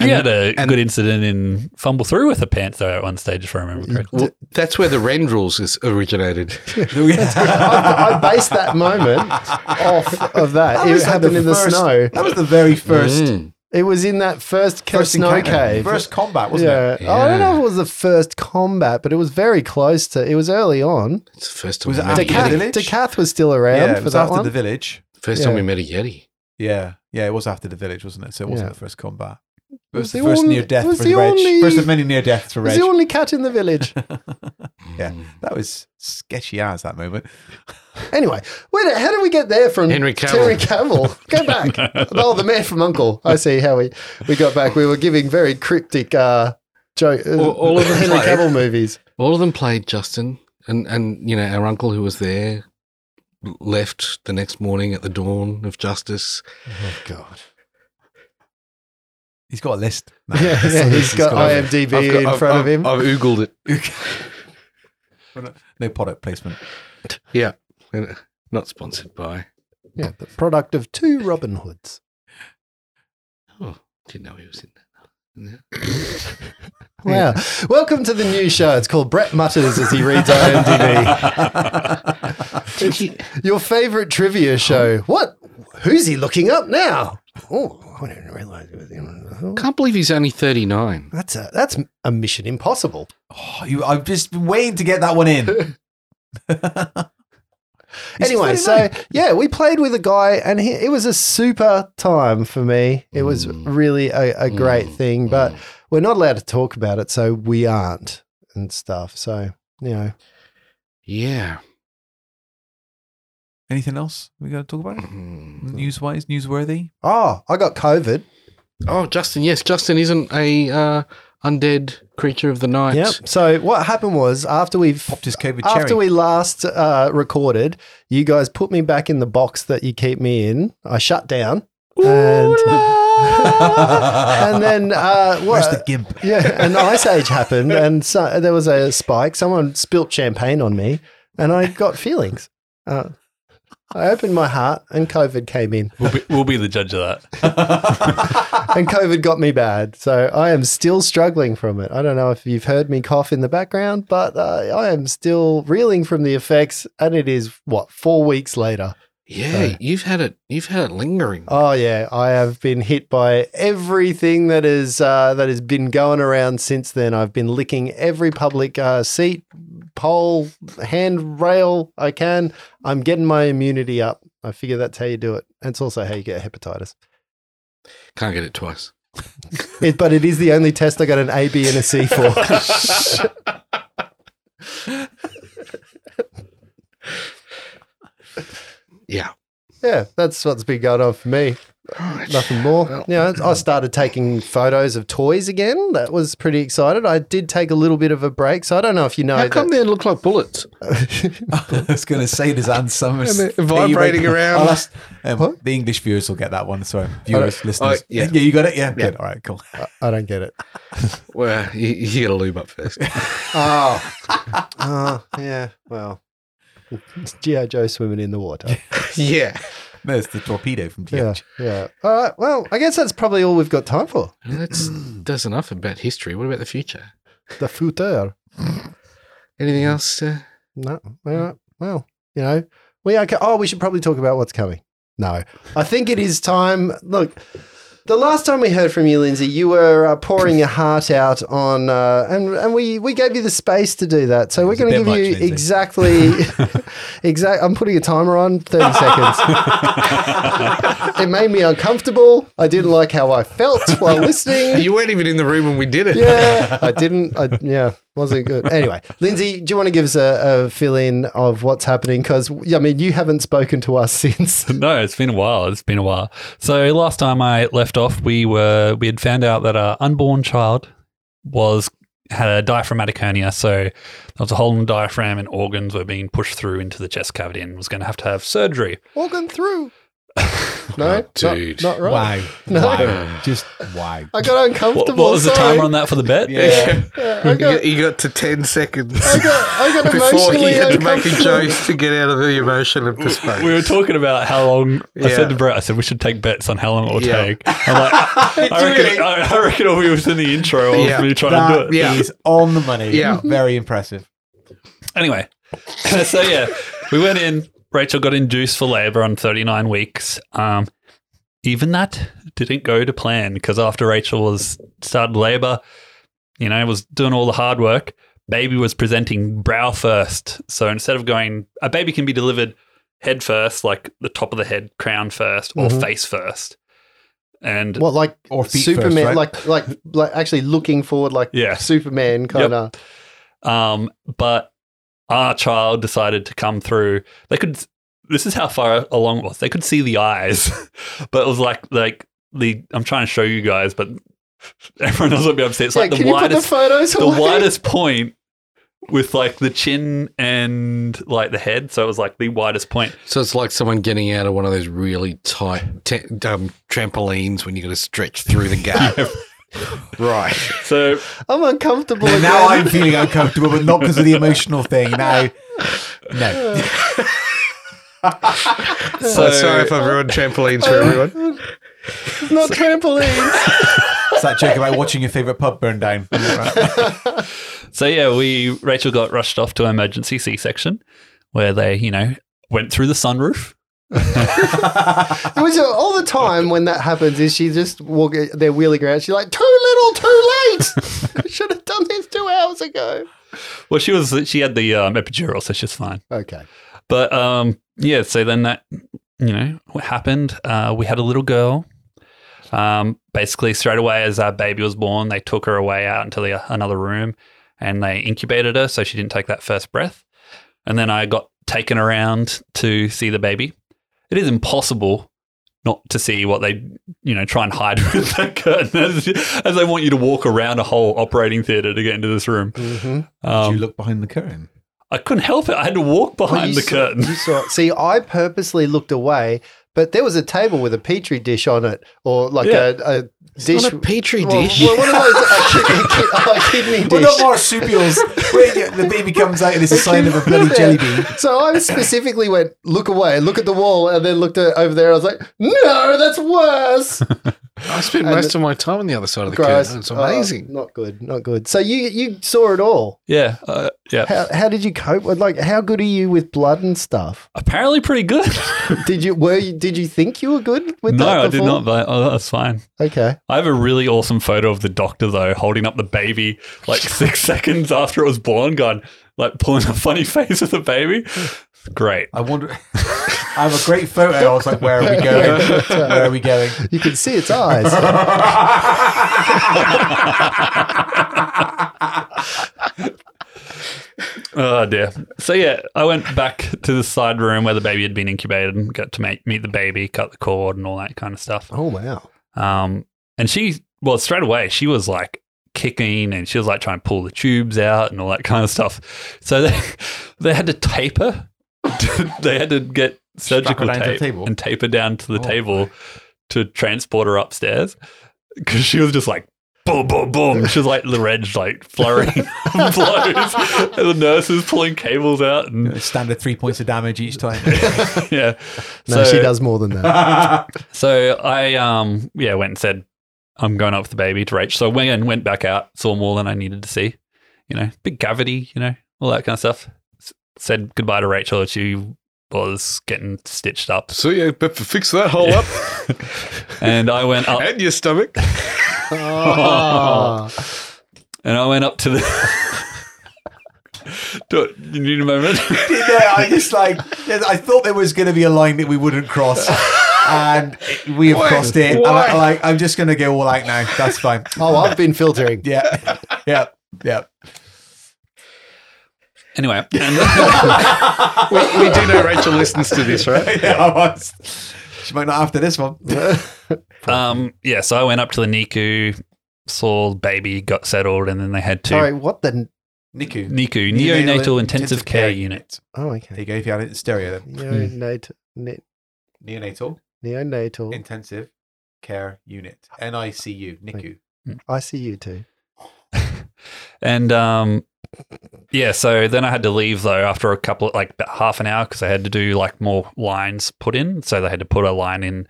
[SPEAKER 4] You had a
[SPEAKER 1] and-
[SPEAKER 4] good incident in Fumble Through with a panther at one stage, if I remember correctly.
[SPEAKER 3] Well, that's where the Rendrils is originated.
[SPEAKER 1] <laughs>
[SPEAKER 2] I, I based that moment off of that. <laughs>
[SPEAKER 1] That
[SPEAKER 2] it
[SPEAKER 1] was like
[SPEAKER 2] happened
[SPEAKER 1] the
[SPEAKER 2] in the
[SPEAKER 1] first-
[SPEAKER 2] snow.
[SPEAKER 1] That was the very first
[SPEAKER 3] Mm.
[SPEAKER 2] It was in that first, ca-
[SPEAKER 1] first
[SPEAKER 2] snow
[SPEAKER 1] encounter.
[SPEAKER 2] cave.
[SPEAKER 1] first combat, wasn't it?
[SPEAKER 2] yeah. I don't
[SPEAKER 3] Yeah.
[SPEAKER 2] know if it was the first combat, but it was very close to. It was early on.
[SPEAKER 3] It's the first time,
[SPEAKER 1] Was
[SPEAKER 3] we
[SPEAKER 1] it
[SPEAKER 3] met, a
[SPEAKER 1] after the
[SPEAKER 3] Yeti.
[SPEAKER 1] village?
[SPEAKER 2] Decath, Decath was still around
[SPEAKER 1] Yeah, it
[SPEAKER 2] for
[SPEAKER 1] was
[SPEAKER 2] that
[SPEAKER 1] after
[SPEAKER 2] one.
[SPEAKER 1] the village.
[SPEAKER 3] first time
[SPEAKER 2] Yeah.
[SPEAKER 3] we met a Yeti.
[SPEAKER 1] Yeah, yeah, it was after the village, wasn't it? So it wasn't
[SPEAKER 2] Yeah.
[SPEAKER 1] the first combat. It
[SPEAKER 2] Was
[SPEAKER 1] was the,
[SPEAKER 2] the
[SPEAKER 1] first
[SPEAKER 2] only-
[SPEAKER 1] near death
[SPEAKER 2] was
[SPEAKER 1] for
[SPEAKER 2] the
[SPEAKER 1] Reg.
[SPEAKER 2] only-
[SPEAKER 1] first of many near deaths for
[SPEAKER 2] it was
[SPEAKER 1] Reg.
[SPEAKER 2] the only cat in the
[SPEAKER 1] <laughs>
[SPEAKER 2] village.
[SPEAKER 1] Yeah.
[SPEAKER 3] Mm.
[SPEAKER 1] that was sketchy as that moment.
[SPEAKER 2] anyway, wait, how do we get there from
[SPEAKER 3] Henry Cavill.
[SPEAKER 2] Terry Cavill? Go
[SPEAKER 3] <laughs>
[SPEAKER 2] back. oh, the man from Uncle. I see how we, we got back. We were giving very cryptic uh, joke. uh,
[SPEAKER 3] All- all of them
[SPEAKER 2] Henry
[SPEAKER 3] played.
[SPEAKER 2] Cavill movies.
[SPEAKER 3] All of them played Justin, and and you know our uncle who was there left the next morning at the dawn of justice.
[SPEAKER 2] Oh God.
[SPEAKER 1] He's got a
[SPEAKER 2] <laughs>
[SPEAKER 1] list. now. <laughs>
[SPEAKER 2] Yeah,
[SPEAKER 1] So
[SPEAKER 2] yeah,
[SPEAKER 1] this
[SPEAKER 2] he's
[SPEAKER 1] has
[SPEAKER 2] got
[SPEAKER 1] a-
[SPEAKER 2] IMDb
[SPEAKER 3] I've got-
[SPEAKER 2] in
[SPEAKER 3] I've-
[SPEAKER 2] front of
[SPEAKER 3] I've-
[SPEAKER 2] him.
[SPEAKER 3] I've oogled
[SPEAKER 2] <laughs>
[SPEAKER 3] it.
[SPEAKER 1] no product placement.
[SPEAKER 3] And uh, Not sponsored by.
[SPEAKER 2] yeah, the product of two Robin Hoods.
[SPEAKER 3] Oh, didn't know he was in that.
[SPEAKER 2] Wow. Welcome to the new show. It's called Brett Mutters as he <laughs> reads IMDb.
[SPEAKER 3] Did he-
[SPEAKER 2] Your favorite trivia show. What? Who's he looking up now? Oh, I didn't realize it was him.
[SPEAKER 3] Can't believe he's only thirty nine.
[SPEAKER 2] That's a that's a Mission Impossible.
[SPEAKER 1] Oh, you, I've just been waiting to get that
[SPEAKER 2] <laughs>
[SPEAKER 1] one in. He's
[SPEAKER 2] anyway, so
[SPEAKER 1] 39.
[SPEAKER 2] yeah, we played with a guy, and he, it was a super time for me. It was
[SPEAKER 3] Mm.
[SPEAKER 2] really a, a great
[SPEAKER 3] Mm.
[SPEAKER 2] thing, but we're not allowed to talk about it, so we aren't and stuff. So you know,
[SPEAKER 3] yeah.
[SPEAKER 1] anything else we got to talk about?
[SPEAKER 3] Mm.
[SPEAKER 1] News wise, newsworthy.
[SPEAKER 2] oh, I got COVID.
[SPEAKER 3] Oh, Justin. Yes, Justin isn't a uh, undead creature of the night.
[SPEAKER 2] Yep. So what happened was after we've
[SPEAKER 1] Popped his COVID cherry.
[SPEAKER 2] after we last uh, recorded, you guys put me back in the box that you keep me in. I shut down, and <laughs> and then uh,
[SPEAKER 1] Where's the
[SPEAKER 2] what?
[SPEAKER 1] gimp? <laughs>
[SPEAKER 2] Yeah, an ice age happened, and so, there was a spike. Someone spilt champagne on me, and I got feelings. Uh, I opened my heart, and COVID came in,
[SPEAKER 4] We'll be, we'll be the judge of that.
[SPEAKER 2] and COVID got me bad. So I am still struggling from it. I don't know if you've heard me cough in the background, but uh, I am still reeling from the effects, and it is what four weeks later.
[SPEAKER 3] Yeah,
[SPEAKER 2] So-
[SPEAKER 3] you've had it. You've had it lingering.
[SPEAKER 2] Oh yeah, I have been hit by everything that is uh, that has been going around since then. I've been licking every public uh, seat, pole, handrail I can. I'm getting my immunity up. I figure that's how you do it. And it's also how you get hepatitis.
[SPEAKER 3] Can't get it twice.
[SPEAKER 2] It, but it is the only test I got an A, B, and a C for.
[SPEAKER 3] <laughs> Yeah.
[SPEAKER 2] yeah, that's what's been going on for me. Nothing more.
[SPEAKER 3] Well-
[SPEAKER 2] yeah, I started taking photos of toys again. That was pretty excited. I did take a little bit of a break, so I don't know if you know.
[SPEAKER 3] How come
[SPEAKER 2] that-
[SPEAKER 3] they look like bullets?
[SPEAKER 1] I was going to say there's Anne Summers <laughs>
[SPEAKER 3] And it vibrating
[SPEAKER 1] Hey, you-
[SPEAKER 3] around.
[SPEAKER 1] I'll ask- um,
[SPEAKER 2] What?
[SPEAKER 1] The English viewers will get that one. Sorry, viewers, listeners.
[SPEAKER 3] Oh, yeah.
[SPEAKER 1] you got it. Yeah, good. All right, cool. <laughs>
[SPEAKER 2] I don't get it.
[SPEAKER 3] Well, you, you got to lube up <laughs> first.
[SPEAKER 2] Oh. <laughs> Uh, yeah. Well, <laughs> it's G.I. Joe swimming in the water.
[SPEAKER 3] yeah.
[SPEAKER 1] There's the torpedo from
[SPEAKER 2] Yeah.
[SPEAKER 1] TH.
[SPEAKER 2] Yeah. All right. Well, I guess that's probably all we've got time for.
[SPEAKER 3] That's that's enough about history. What about the future?
[SPEAKER 2] The futur.
[SPEAKER 3] Anything else? Uh,
[SPEAKER 2] No.
[SPEAKER 1] Hmm.
[SPEAKER 2] All right. Well, you know, we are. Co- oh, we should probably talk about what's coming. No. I think it is time. Look. The last time we heard from you, Lindsay, you were uh, pouring your heart out on, uh, and and we, we gave you the space to do that. So we're
[SPEAKER 1] was a
[SPEAKER 2] going to
[SPEAKER 1] bit
[SPEAKER 2] give
[SPEAKER 1] much,
[SPEAKER 2] you
[SPEAKER 1] Lindsay. <laughs>
[SPEAKER 2] exactly, exact. I'm putting a timer on, thirty
[SPEAKER 1] <laughs>
[SPEAKER 2] seconds. It made me uncomfortable. I didn't like how I felt while listening.
[SPEAKER 3] you weren't even in the room when we did it.
[SPEAKER 2] Yeah, I didn't. I, yeah, wasn't good. Anyway, Lindsay, do you want to give us a, a fill in of what's happening? Because, I mean, you haven't spoken to us <laughs> since.
[SPEAKER 4] <laughs> No, it's been a while. It's been a while. So last time I left off, we were we had found out that our unborn child was had a diaphragmatic hernia, so there was a hole in the diaphragm and organs were being pushed through into the chest cavity and was going to have to have surgery.
[SPEAKER 2] Organ
[SPEAKER 3] <laughs>
[SPEAKER 2] through. No,
[SPEAKER 3] Oh, dude.
[SPEAKER 2] Not, not right.
[SPEAKER 5] Wow.
[SPEAKER 2] <laughs> No.
[SPEAKER 5] Wow. Just wow.
[SPEAKER 2] I got
[SPEAKER 4] What,
[SPEAKER 2] uncomfortable.
[SPEAKER 4] what was the
[SPEAKER 2] sorry.
[SPEAKER 4] timer on that for the bet?
[SPEAKER 5] Yeah.
[SPEAKER 2] Yeah, I got,
[SPEAKER 3] You got, you got to 10 seconds
[SPEAKER 2] I got, I got
[SPEAKER 3] before
[SPEAKER 2] emotionally
[SPEAKER 3] he had to make a
[SPEAKER 2] uncomfortable.
[SPEAKER 3] joke to get out of the emotion of the space.
[SPEAKER 4] We were talking about how long. I
[SPEAKER 3] Yeah.
[SPEAKER 4] said to Brett, I said we should take bets on how long it will
[SPEAKER 3] Yeah.
[SPEAKER 4] take. I'm like,
[SPEAKER 3] <laughs>
[SPEAKER 4] I, I reckon,
[SPEAKER 1] really-
[SPEAKER 4] I, I reckon all we was in the intro of
[SPEAKER 3] Yeah.
[SPEAKER 4] me trying to do it.
[SPEAKER 1] That is
[SPEAKER 3] Yeah.
[SPEAKER 1] on the money.
[SPEAKER 3] Yeah.
[SPEAKER 1] Very impressive.
[SPEAKER 4] Anyway, <laughs> so yeah, we went in. Rachel got induced for labor on 39 weeks. Um, even that didn't go to plan because after Rachel was started labor, you know, was doing all the hard work, baby was presenting brow first. So instead of going, a baby can be delivered head first, like the top of the head, crown 1st or
[SPEAKER 2] Mhm.
[SPEAKER 4] face first. And
[SPEAKER 2] What like
[SPEAKER 1] Or feet
[SPEAKER 2] Superman?
[SPEAKER 1] first, right?
[SPEAKER 2] Like like like actually looking forward, like
[SPEAKER 4] yeah,
[SPEAKER 2] Superman kind of.
[SPEAKER 4] Um, but our child decided to come through. They could. This is how far along it was. They could see the eyes, <laughs> but it was like like the. I'm trying to show you guys, but <laughs> everyone else would be upset. It's
[SPEAKER 2] Yeah,
[SPEAKER 4] like the
[SPEAKER 2] can you put the
[SPEAKER 4] widest,
[SPEAKER 2] photos
[SPEAKER 4] the,
[SPEAKER 2] away?
[SPEAKER 4] widest point with like the chin and like the head. So it was like the widest point.
[SPEAKER 3] So it's like someone getting out of one of those really tight te- um, trampolines when you got to stretch through the gap. <laughs> Right.
[SPEAKER 4] So
[SPEAKER 2] I'm uncomfortable. Again.
[SPEAKER 1] Now I'm feeling uncomfortable, but not because of the emotional thing. Now, no.
[SPEAKER 3] So, Oh, sorry if I've ruined trampolines for everyone.
[SPEAKER 2] It's not trampolines.
[SPEAKER 1] It's that joke about watching your favorite pub burn down. <laughs> Right.
[SPEAKER 4] So yeah, we Rachel got rushed off to emergency C-section, where they you know went through the sunroof.
[SPEAKER 2] Which uh, all the time when that happens is she just walk they're wheeling around. She's like, too little, too late. <laughs> Should have done this two hours ago.
[SPEAKER 4] Well, she was she had the um, epidural, so she's fine.
[SPEAKER 2] Okay.
[SPEAKER 4] But um, yeah, so then that you know what happened. Uh, we had a little girl. Um, basically, straight away as our baby was born, they took her away out into the, another room and they incubated her, so she didn't take that first breath. And then I got taken around to see the baby. It is impossible not to see what they, you know, try and hide <laughs> with that curtain as, as they want you to walk around a whole operating theater to get into this room.
[SPEAKER 2] Mm-hmm.
[SPEAKER 1] Did
[SPEAKER 4] Um,
[SPEAKER 1] you look behind the curtain?
[SPEAKER 4] I couldn't help it. I had to walk behind the curtain.
[SPEAKER 2] You saw it. See, I purposely looked away, but there was a table with a petri dish on it, or like
[SPEAKER 4] Yeah.
[SPEAKER 2] a, a dish.
[SPEAKER 3] Not a petri
[SPEAKER 2] well,
[SPEAKER 3] <laughs> dish.
[SPEAKER 2] well, what are those? A, kid, a, kid, oh, a kidney
[SPEAKER 1] Well,
[SPEAKER 2] dish.
[SPEAKER 1] not marsupials. Where you- the baby comes out and it's a sign of a bloody jelly bean.
[SPEAKER 2] So I specifically went, look away, look at the wall, and then looked at, over there. I was like, no, that's worse.
[SPEAKER 3] I spend
[SPEAKER 2] And
[SPEAKER 3] most of my time on the other side of the
[SPEAKER 2] Gross.
[SPEAKER 3] curtain. It's
[SPEAKER 2] Oh,
[SPEAKER 3] amazing.
[SPEAKER 2] not good, not good. So you you saw it all.
[SPEAKER 4] Yeah, uh, yeah.
[SPEAKER 2] How, how did you cope? with Like, how good are you with blood and stuff?
[SPEAKER 4] Apparently, pretty good.
[SPEAKER 2] Did you were you, did you think you were good with
[SPEAKER 4] no,
[SPEAKER 2] that?
[SPEAKER 4] I did
[SPEAKER 2] before?
[SPEAKER 4] not. But oh, that's fine.
[SPEAKER 2] Okay.
[SPEAKER 4] I have a really awesome photo of the doctor though, holding up the baby like <laughs> six seconds after it was born, gone like pulling a funny <laughs> face with the baby. Great.
[SPEAKER 1] I wonder. I have a great photo. I was like, where are we <laughs> going? Where are we going?
[SPEAKER 2] You can see its eyes.
[SPEAKER 4] Oh dear. So yeah, I went back to the side room where the baby had been incubated and got to meet meet the baby, cut the cord, and all that kind of stuff.
[SPEAKER 2] oh wow.
[SPEAKER 4] Um, and she, well, straight away, she was like kicking and she was like trying to pull the tubes out and all that kind of stuff. So they, <laughs> they had to tape her. <laughs> they had to get surgical
[SPEAKER 1] down to the
[SPEAKER 4] tape
[SPEAKER 1] table?
[SPEAKER 4] and tape her down to the
[SPEAKER 1] Oh.
[SPEAKER 4] table to transport her upstairs because she was just like, boom,
[SPEAKER 1] <laughs>
[SPEAKER 4] boom, boom. She was like the reg, like flurrying <laughs> of blows. <laughs> And the nurses pulling cables out. And
[SPEAKER 1] Standard three points of damage each <laughs> time.
[SPEAKER 4] <laughs> yeah.
[SPEAKER 2] No,
[SPEAKER 4] So-
[SPEAKER 2] she does more than
[SPEAKER 4] <laughs>
[SPEAKER 2] that.
[SPEAKER 4] so I um yeah went and said I'm going up with the baby to Rach. So I went and went back out, saw more than I needed to see. You know, big cavity, you know, all that kind of stuff. S- said goodbye to Rachel. She was getting stitched up,
[SPEAKER 3] So you better fix that hole <laughs> up
[SPEAKER 4] and I went up
[SPEAKER 3] and your stomach.
[SPEAKER 4] Oh.
[SPEAKER 2] Ah.
[SPEAKER 4] and I went up to the. <laughs> Do it. You need a moment.
[SPEAKER 1] yeah, I just like. I thought there was going to be a line that we wouldn't cross, and we have crossed it. And I, like, I'm just going to go all out now. That's fine.
[SPEAKER 2] oh, I've been filtering.
[SPEAKER 4] <laughs>
[SPEAKER 2] <laughs>
[SPEAKER 1] Yeah, yeah, yeah.
[SPEAKER 4] <laughs> anyway, <laughs> and,
[SPEAKER 3] we, we do know Rachel listens to this, right?
[SPEAKER 1] <laughs> yeah I was. She might not after this one.
[SPEAKER 4] um, yeah, so I went up to the NICU, Saul's baby got settled, and then they had to
[SPEAKER 2] Sorry, what the?
[SPEAKER 1] Niku. Neonatal
[SPEAKER 4] NICU, neonatal, intensive, care, unit.
[SPEAKER 2] Oh,
[SPEAKER 1] There
[SPEAKER 2] okay.
[SPEAKER 1] you go. If you had it in stereo,
[SPEAKER 4] Hmm.
[SPEAKER 1] then.
[SPEAKER 2] Neonat- ne-
[SPEAKER 1] neonatal
[SPEAKER 2] neonatal.
[SPEAKER 1] intensive care unit NICU NICU.
[SPEAKER 2] I see you too.
[SPEAKER 4] And um, yeah, so then I had to leave though after a couple, like about half an hour, because I had to do like more lines put in. So they had to put a line in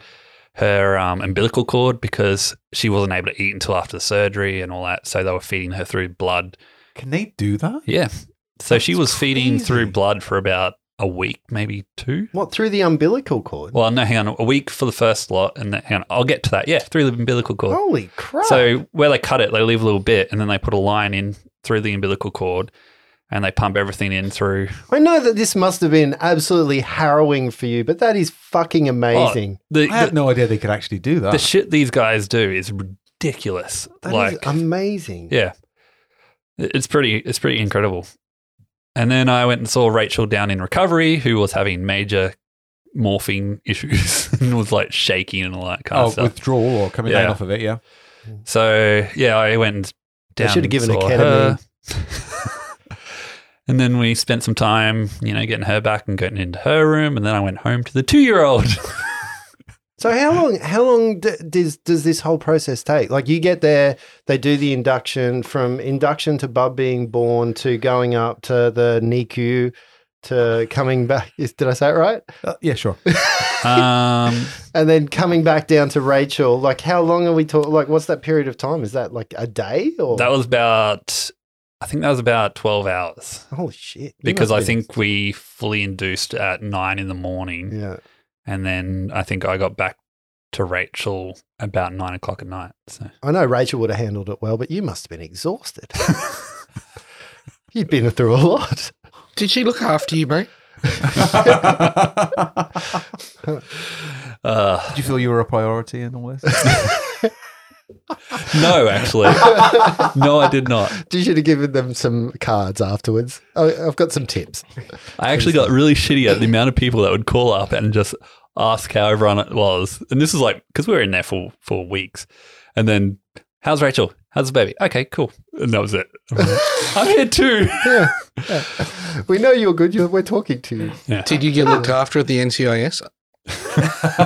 [SPEAKER 4] her um, umbilical cord because she wasn't able to eat until after the surgery and all that. So they were feeding her through blood.
[SPEAKER 1] Can they do that?
[SPEAKER 4] Yeah. So she
[SPEAKER 1] That's
[SPEAKER 4] was feeding
[SPEAKER 1] crazy.
[SPEAKER 4] through blood for about a week, maybe two.
[SPEAKER 2] What through the umbilical cord?
[SPEAKER 4] Well, no, hang on, a week for the first lot, and then, hang on, I'll get to that. Yeah, through the umbilical cord.
[SPEAKER 2] Holy crap!
[SPEAKER 4] So where they cut it, they leave a little bit, and then they put a line in through the umbilical cord, and they pump everything in through.
[SPEAKER 2] I know that this must have been absolutely harrowing for you, but that is
[SPEAKER 4] Oh,
[SPEAKER 2] fucking amazing.
[SPEAKER 4] The,
[SPEAKER 1] I had
[SPEAKER 4] the,
[SPEAKER 1] no idea they could actually do that.
[SPEAKER 4] the shit these guys do is ridiculous.
[SPEAKER 2] That is
[SPEAKER 4] like,
[SPEAKER 2] amazing.
[SPEAKER 4] yeah, It- it's pretty, it's pretty incredible. And then I went and saw Rachel down in recovery, who was having major morphine <laughs> issues and was like shaking and all that kind
[SPEAKER 1] oh,
[SPEAKER 4] of stuff.
[SPEAKER 1] withdrawal or coming down
[SPEAKER 4] Yeah.
[SPEAKER 1] off of it. Yeah.
[SPEAKER 4] So yeah, I went down.
[SPEAKER 2] should have given
[SPEAKER 4] and
[SPEAKER 2] her
[SPEAKER 4] saw her. <laughs> and then we spent some time, you know, getting her back and getting into her room, and then I went home to
[SPEAKER 2] <laughs>
[SPEAKER 4] the two-year-old.
[SPEAKER 2] So how long? How long d- does does this whole process take? Like you get there, they do the induction from induction to bub being born to going up to the NICU to coming back. <laughs> Is, did I say it right?
[SPEAKER 1] Uh, yeah, sure.
[SPEAKER 4] um,
[SPEAKER 2] And then coming back down to Rachel. Like how long are we talking? Like what's that period of time? Is that like a day or?
[SPEAKER 4] that was about, I think that was about twelve hours
[SPEAKER 2] Holy shit! You
[SPEAKER 4] because I
[SPEAKER 2] must be-
[SPEAKER 4] think we fully induced at nine in the morning,
[SPEAKER 2] yeah.
[SPEAKER 4] and then I think I got back to Rachel about nine o'clock at night.
[SPEAKER 2] <laughs>
[SPEAKER 4] So
[SPEAKER 2] I know Rachel would have handled it well, but you must have been exhausted. <laughs> You've been through a lot.
[SPEAKER 3] Did she look after you, mate?
[SPEAKER 4] uh,
[SPEAKER 1] Did you feel you were a priority in <laughs> all this?
[SPEAKER 2] <laughs>
[SPEAKER 4] no, actually, no, I did not.
[SPEAKER 2] You should have given them some cards afterwards. I, I've got some tips.
[SPEAKER 4] I actually got really shitty at the amount of people that would call up and just ask how everyone it was. And this is like because we were in there for for weeks, and then how's Rachel? How's the baby? Okay, cool. And that was it. <laughs> I'm, like, "I'm here too. <laughs>
[SPEAKER 2] We know you're good. You're, we're talking to you.
[SPEAKER 3] Did you get looked after at the NCIS?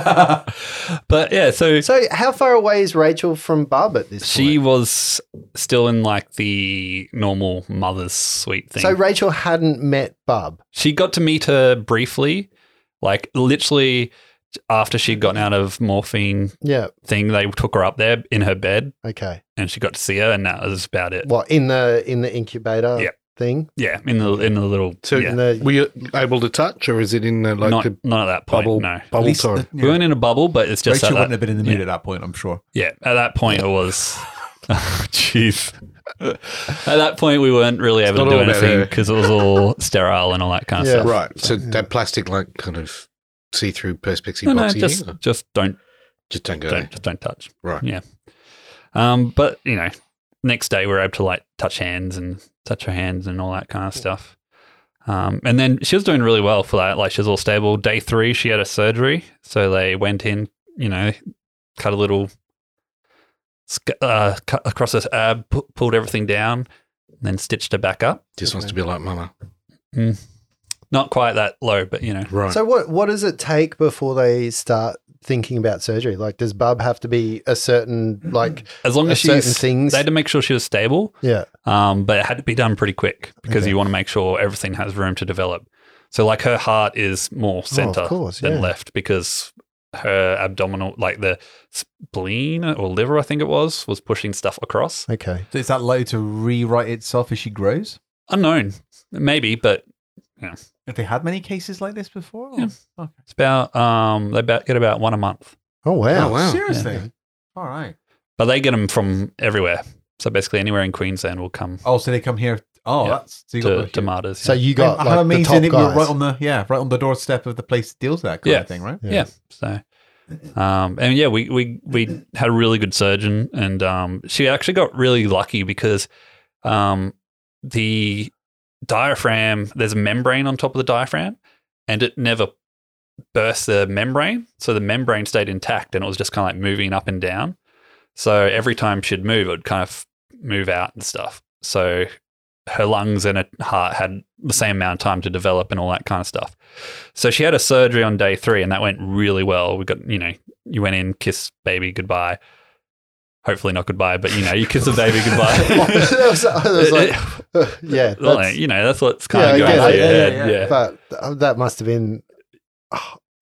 [SPEAKER 4] but yeah, so
[SPEAKER 2] So, how far away is Rachel from Bub at this
[SPEAKER 4] she
[SPEAKER 2] point?
[SPEAKER 4] was still in like the normal mother's suite thing.
[SPEAKER 2] So Rachel hadn't met Bub.
[SPEAKER 4] she got to meet her briefly, like literally after she'd gotten out of morphine
[SPEAKER 2] Yeah.
[SPEAKER 4] thing. They took her up there in her bed
[SPEAKER 2] Okay.
[SPEAKER 4] and she got to see her, and that was about it.
[SPEAKER 2] What in the in the incubator
[SPEAKER 4] Yeah.
[SPEAKER 2] thing?
[SPEAKER 4] Yeah, in the in the little
[SPEAKER 3] So-
[SPEAKER 4] yeah,
[SPEAKER 2] In the,
[SPEAKER 3] Were you able to touch, or is it in the, like
[SPEAKER 4] not
[SPEAKER 3] the
[SPEAKER 4] not at that point.
[SPEAKER 3] bubble
[SPEAKER 4] no,
[SPEAKER 1] At
[SPEAKER 3] bubble
[SPEAKER 1] least,
[SPEAKER 3] tour?
[SPEAKER 1] uh, yeah.
[SPEAKER 4] we weren't in a bubble, but it's just
[SPEAKER 1] Rachel
[SPEAKER 4] at
[SPEAKER 1] wouldn't
[SPEAKER 4] that,
[SPEAKER 1] have been in the mood at that point, I'm sure.
[SPEAKER 4] yeah. At that point, it was. <laughs> Jeez. at that point, we weren't really able
[SPEAKER 3] not
[SPEAKER 4] to do
[SPEAKER 3] all about
[SPEAKER 4] anything
[SPEAKER 3] her.
[SPEAKER 4] because it
[SPEAKER 3] <laughs>
[SPEAKER 4] was all sterile and all that kind
[SPEAKER 2] Yeah.
[SPEAKER 4] of stuff.
[SPEAKER 3] right. So that plastic, like kind of see-through perspexy
[SPEAKER 4] No, no,
[SPEAKER 3] boxy,
[SPEAKER 4] just
[SPEAKER 3] thing?
[SPEAKER 4] just don't
[SPEAKER 3] just don't go. there.
[SPEAKER 4] don't just don't touch.
[SPEAKER 3] Right.
[SPEAKER 4] Yeah. Um, but you know, next day we were able to like touch hands and touch her hands and all that kind of stuff. Um, and then she was doing really well for that. Like she was all stable. Day three, she had a surgery, so they went in. You know, cut a little sc- uh, cut across her ab, pu- pulled everything down, and then stitched her back up.
[SPEAKER 3] Just wants to be like mama.
[SPEAKER 4] Not quite that low, but you know,
[SPEAKER 3] Right.
[SPEAKER 2] so what what does it take before they start thinking about surgery? Like, does Bub have to be a certain like
[SPEAKER 4] as long
[SPEAKER 2] a
[SPEAKER 4] as
[SPEAKER 2] certain
[SPEAKER 4] she's,
[SPEAKER 2] things?
[SPEAKER 4] they had to make sure she was stable.
[SPEAKER 2] yeah.
[SPEAKER 4] um, but it had to be done pretty quick because
[SPEAKER 2] Okay.
[SPEAKER 4] you want to make sure everything has room to develop. So, like her heart is more center
[SPEAKER 2] Oh, course,
[SPEAKER 4] than
[SPEAKER 2] yeah.
[SPEAKER 4] left because her abdominal, like the spleen or liver, I think it was, was pushing stuff across.
[SPEAKER 2] Okay.
[SPEAKER 1] So is that likely to rewrite itself as she grows?
[SPEAKER 4] Unknown, maybe, but
[SPEAKER 1] Have they had many cases like this before?
[SPEAKER 4] Yeah. it's about um, they about get about one a month,
[SPEAKER 2] Oh wow.
[SPEAKER 3] Oh, wow.
[SPEAKER 1] Seriously? All right.
[SPEAKER 4] but they get them from everywhere. So basically, anywhere in Queensland will come
[SPEAKER 1] Oh, so they come here. Oh,
[SPEAKER 4] Yeah.
[SPEAKER 1] that's so you
[SPEAKER 4] to,
[SPEAKER 1] got
[SPEAKER 4] to martyrs.
[SPEAKER 2] So
[SPEAKER 4] yeah.
[SPEAKER 2] you got
[SPEAKER 1] How
[SPEAKER 2] like the
[SPEAKER 1] amazing
[SPEAKER 2] top
[SPEAKER 1] that we were
[SPEAKER 2] guys.
[SPEAKER 1] right on the yeah, right on the doorstep of the place that deals with that kind
[SPEAKER 4] Yeah.
[SPEAKER 1] of thing, right?
[SPEAKER 4] yeah. So, um, and yeah, we, we, we had a really good surgeon and, um, she actually got really lucky because, um, the diaphragm, there's a membrane on top of the diaphragm and it never burst the membrane. So the membrane stayed intact and it was just kind of like moving up and down. So every time she'd move, it would kind of move out and stuff. So her lungs and her heart had the same amount of time to develop and all that kind of stuff. So she had a surgery on day three, and that went really well. We got, you know, you went in, kiss baby goodbye. Hopefully not goodbye, but you know, you kiss the baby
[SPEAKER 2] <laughs>
[SPEAKER 4] goodbye. <laughs>
[SPEAKER 2] That was- I was like, <laughs> yeah,
[SPEAKER 4] Well,
[SPEAKER 2] that's-
[SPEAKER 4] you know, that's what's
[SPEAKER 2] Yeah, I
[SPEAKER 4] kind
[SPEAKER 2] get
[SPEAKER 4] of going
[SPEAKER 2] it.
[SPEAKER 4] through your
[SPEAKER 2] Yeah,
[SPEAKER 4] head.
[SPEAKER 1] yeah,
[SPEAKER 4] Yeah,
[SPEAKER 1] yeah.
[SPEAKER 2] but th- that must have been h-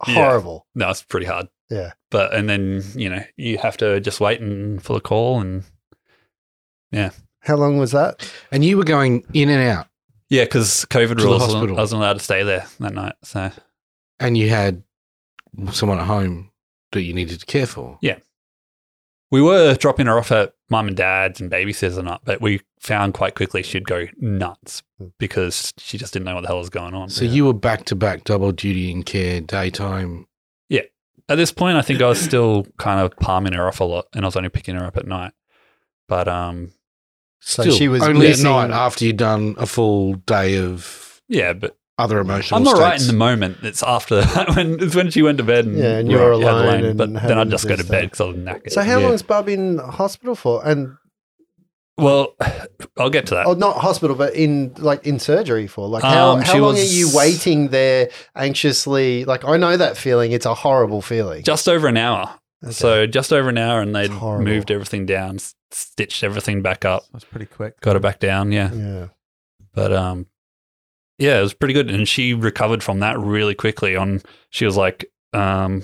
[SPEAKER 4] Yeah.
[SPEAKER 2] horrible.
[SPEAKER 4] no, it's pretty hard.
[SPEAKER 2] Yeah.
[SPEAKER 4] but and then you know, you have to just wait and for the call and
[SPEAKER 2] How long was that?
[SPEAKER 3] And you were going in and out,
[SPEAKER 4] yeah, because COVID
[SPEAKER 3] the
[SPEAKER 4] rules, I wasn't-
[SPEAKER 3] hospital.
[SPEAKER 4] I wasn't allowed to stay there that night. So
[SPEAKER 3] and you had someone at home that you needed to care for.
[SPEAKER 4] we were dropping her off at mum and dad's and babysitters and that, but we found quite quickly she'd go nuts
[SPEAKER 2] Hmm.
[SPEAKER 4] because she just didn't know what the hell was going on.
[SPEAKER 3] So you were back to back double duty in care, daytime.
[SPEAKER 4] at this point, I think I was still kind of palming her off a lot, and I was only picking her up at night. But um,
[SPEAKER 2] So
[SPEAKER 3] still,
[SPEAKER 2] she was
[SPEAKER 3] only
[SPEAKER 2] missing-
[SPEAKER 3] at night after you'd done a full day of
[SPEAKER 4] yeah, but
[SPEAKER 3] other emotional.
[SPEAKER 4] I'm not right in
[SPEAKER 3] states.
[SPEAKER 4] the moment. It's after <laughs> that when it's when she went to bed and,
[SPEAKER 2] Yeah, and you were
[SPEAKER 4] Right, yeah,
[SPEAKER 2] alone and
[SPEAKER 4] but
[SPEAKER 2] having
[SPEAKER 4] then I'd just go to
[SPEAKER 2] this
[SPEAKER 4] bed
[SPEAKER 2] stuff.
[SPEAKER 4] because I was knackered.
[SPEAKER 2] So how
[SPEAKER 4] Yeah.
[SPEAKER 2] long's Bub in hospital for? And
[SPEAKER 4] Well, <sighs> I'll get to that.
[SPEAKER 2] oh, not hospital, but in like in surgery for? Like how,
[SPEAKER 4] Um,
[SPEAKER 2] how
[SPEAKER 4] she
[SPEAKER 2] long
[SPEAKER 4] was-
[SPEAKER 2] are you waiting there anxiously? Like I know that feeling. It's a horrible feeling.
[SPEAKER 4] Just over an hour.
[SPEAKER 2] Okay.
[SPEAKER 4] So just over an hour, and they
[SPEAKER 2] It's horrible.
[SPEAKER 4] moved everything down, s- stitched everything back up,
[SPEAKER 1] That's pretty quick.
[SPEAKER 4] got her back down. Yeah,
[SPEAKER 2] yeah,
[SPEAKER 4] but um, yeah, it was pretty good, and she recovered from that really quickly. On she was like, um,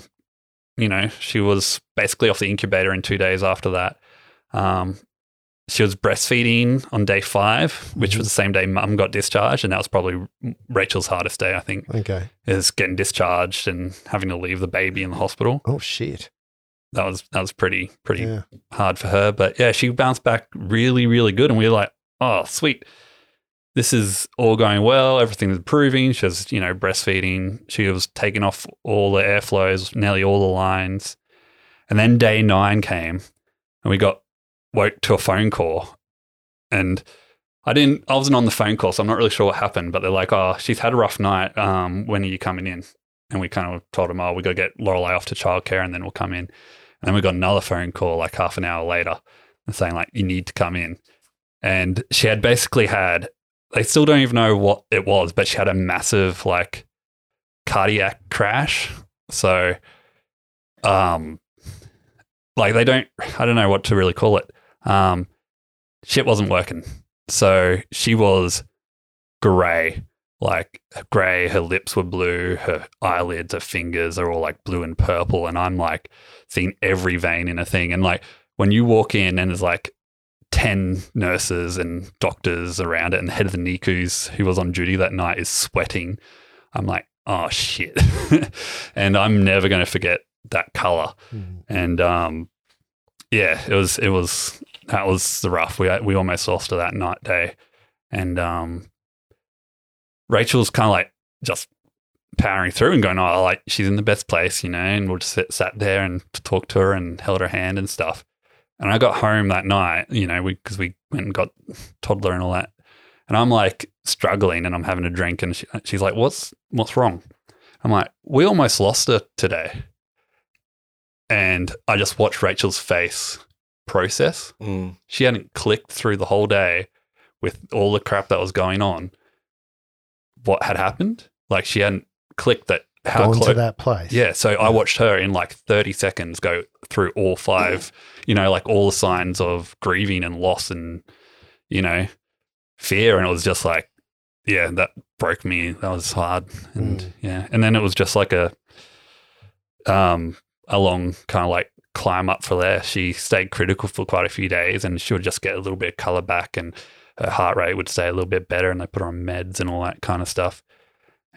[SPEAKER 4] you know, she was basically off the incubator in two days after that. Um, she was breastfeeding on day five, which was the same day mum got discharged, and that was probably Rachel's hardest day. I think
[SPEAKER 2] okay.
[SPEAKER 4] is getting discharged and having to leave the baby in the hospital.
[SPEAKER 2] Oh shit.
[SPEAKER 4] That was that was pretty pretty
[SPEAKER 2] Yeah.
[SPEAKER 4] hard for her. But yeah, she bounced back really, really good. And we were like, oh, sweet. This is all going well. Everything's improving. She was, you know, breastfeeding. She was taking off all the airflows, nearly all the lines. And then day nine came and we got woke to a phone call. And I didn't, I wasn't on the phone call, so I'm not really sure what happened, but they're like, oh, she's had a rough night. Um, when are you coming in? And we kind of told them, oh, we got to get Lorelei off to childcare and then we'll come in. And then we got another phone call like half an hour later and saying, like, you need to come in. And she had basically had, they still don't even know what it was, but she had a massive like cardiac crash. So, um, like they don't, I don't know what to really call it. Um, shit wasn't working. So she was gray, like gray. Her lips were blue, her eyelids, her fingers are all like blue and purple. And I'm like, seeing every vein in a thing. And like when you walk in and there's like 10 nurses and doctors around it, and the head of the NICUs who was on duty that night is sweating, I'm like, oh shit. <laughs> and I'm never going to forget that color.
[SPEAKER 2] Mm.
[SPEAKER 4] And um, yeah, it was, it was, that was the rough. We, we almost lost her that night day. And um, Rachel's kind of like just powering through and going, oh, like she's in the best place, you know, and we'll just sit, sat there and talked to her and held her hand and stuff. And I got home that night, you know, because we, went and got toddler and all that. And I'm like struggling and I'm having a drink and she, she's like, what's, what's wrong? I'm like, we almost lost her today. And I just watched Rachel's face process
[SPEAKER 3] Mm.
[SPEAKER 4] she hadn't clicked through the whole day with all the crap that was going on what had happened like she hadn't clicked that how
[SPEAKER 2] Gone to
[SPEAKER 4] close
[SPEAKER 2] that place.
[SPEAKER 4] yeah so i watched her in like 30 seconds go through all five you know like all the signs of grieving and loss and you know fear and it was just like yeah that broke me that was hard and
[SPEAKER 2] Mm.
[SPEAKER 4] yeah and then it was just like a um a long kind of like climb up for there she stayed critical for quite a few days and she would just get a little bit of color back and her heart rate would stay a little bit better and they put her on meds and all that kind of stuff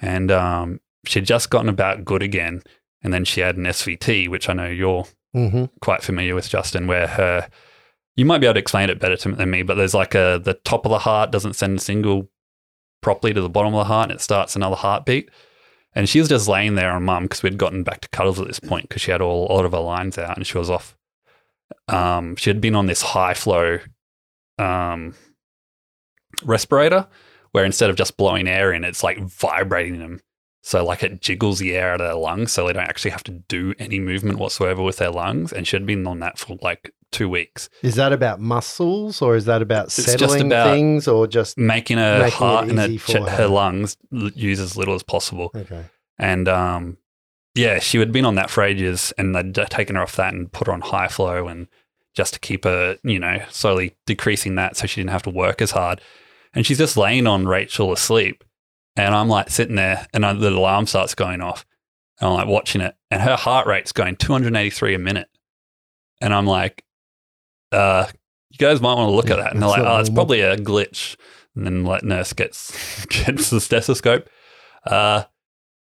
[SPEAKER 4] and um she'd just gotten about good again and then she had an svt which i know you're
[SPEAKER 2] hmm
[SPEAKER 4] quite familiar with Justin, where her you might be able to explain it better to, than me, but there's like a the top of the heart doesn't send a single properly to the bottom of the heart, and it starts another heartbeat. And she was just laying there on mum because we'd gotten back to cuddles at this point because she had all a lot of her lines out and she was off. Um, she had been on this high flow um, respirator where instead of just blowing air in, it's like vibrating them. So like it jiggles the air out of their lungs, so they don't actually have to do any movement whatsoever with their lungs. And she'd been on that for like two weeks.
[SPEAKER 2] Is that about muscles or is that about
[SPEAKER 4] just
[SPEAKER 2] settling
[SPEAKER 4] about-
[SPEAKER 2] things or just
[SPEAKER 4] Making her
[SPEAKER 2] Making it
[SPEAKER 4] heart and her,
[SPEAKER 2] easy
[SPEAKER 4] ch-
[SPEAKER 2] for her.
[SPEAKER 4] her lungs l- use as little as possible.
[SPEAKER 2] okay?
[SPEAKER 4] And um, yeah, she had been on that for ages, and they'd d- taken her off that and put her on high flow, and just to keep her, you know, slowly decreasing that so she didn't have to work as hard. And she's just laying on Rachel asleep, and I'm like sitting there, and I, the alarm starts going off, and I'm like watching it, and her heart rate's going 283 a minute, and I'm like, uh, you guys might want to look at that, and they're
[SPEAKER 2] That's
[SPEAKER 4] like,
[SPEAKER 2] not
[SPEAKER 4] oh, it's
[SPEAKER 2] normal.
[SPEAKER 4] probably a glitch, and then like nurse gets <laughs> gets the stethoscope. Uh,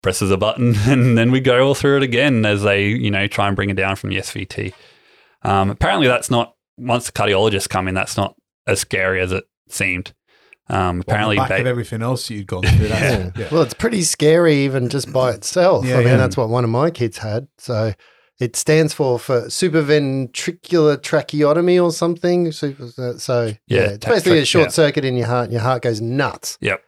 [SPEAKER 4] presses a button, <laughs> and then we go all through it again as they, you know, try and bring it down from the SVT. Um, apparently, that's not once the cardiologists come in, that's not as scary as it seemed. Um, apparently,
[SPEAKER 1] back of
[SPEAKER 4] they,
[SPEAKER 1] everything else you'd gone through.
[SPEAKER 2] Yeah.
[SPEAKER 1] That's, yeah.
[SPEAKER 2] Well, it's pretty scary even just by itself.
[SPEAKER 1] Yeah,
[SPEAKER 2] I mean,
[SPEAKER 1] yeah.
[SPEAKER 2] that's what one of my kids had. So it stands for for supraventricular tracheotomy or something. Super, so- so yeah,
[SPEAKER 4] Yeah,
[SPEAKER 2] it's
[SPEAKER 4] tra-
[SPEAKER 2] basically a
[SPEAKER 4] tra-
[SPEAKER 2] short
[SPEAKER 4] yeah.
[SPEAKER 2] circuit in your heart, and your heart goes nuts.
[SPEAKER 4] Yep.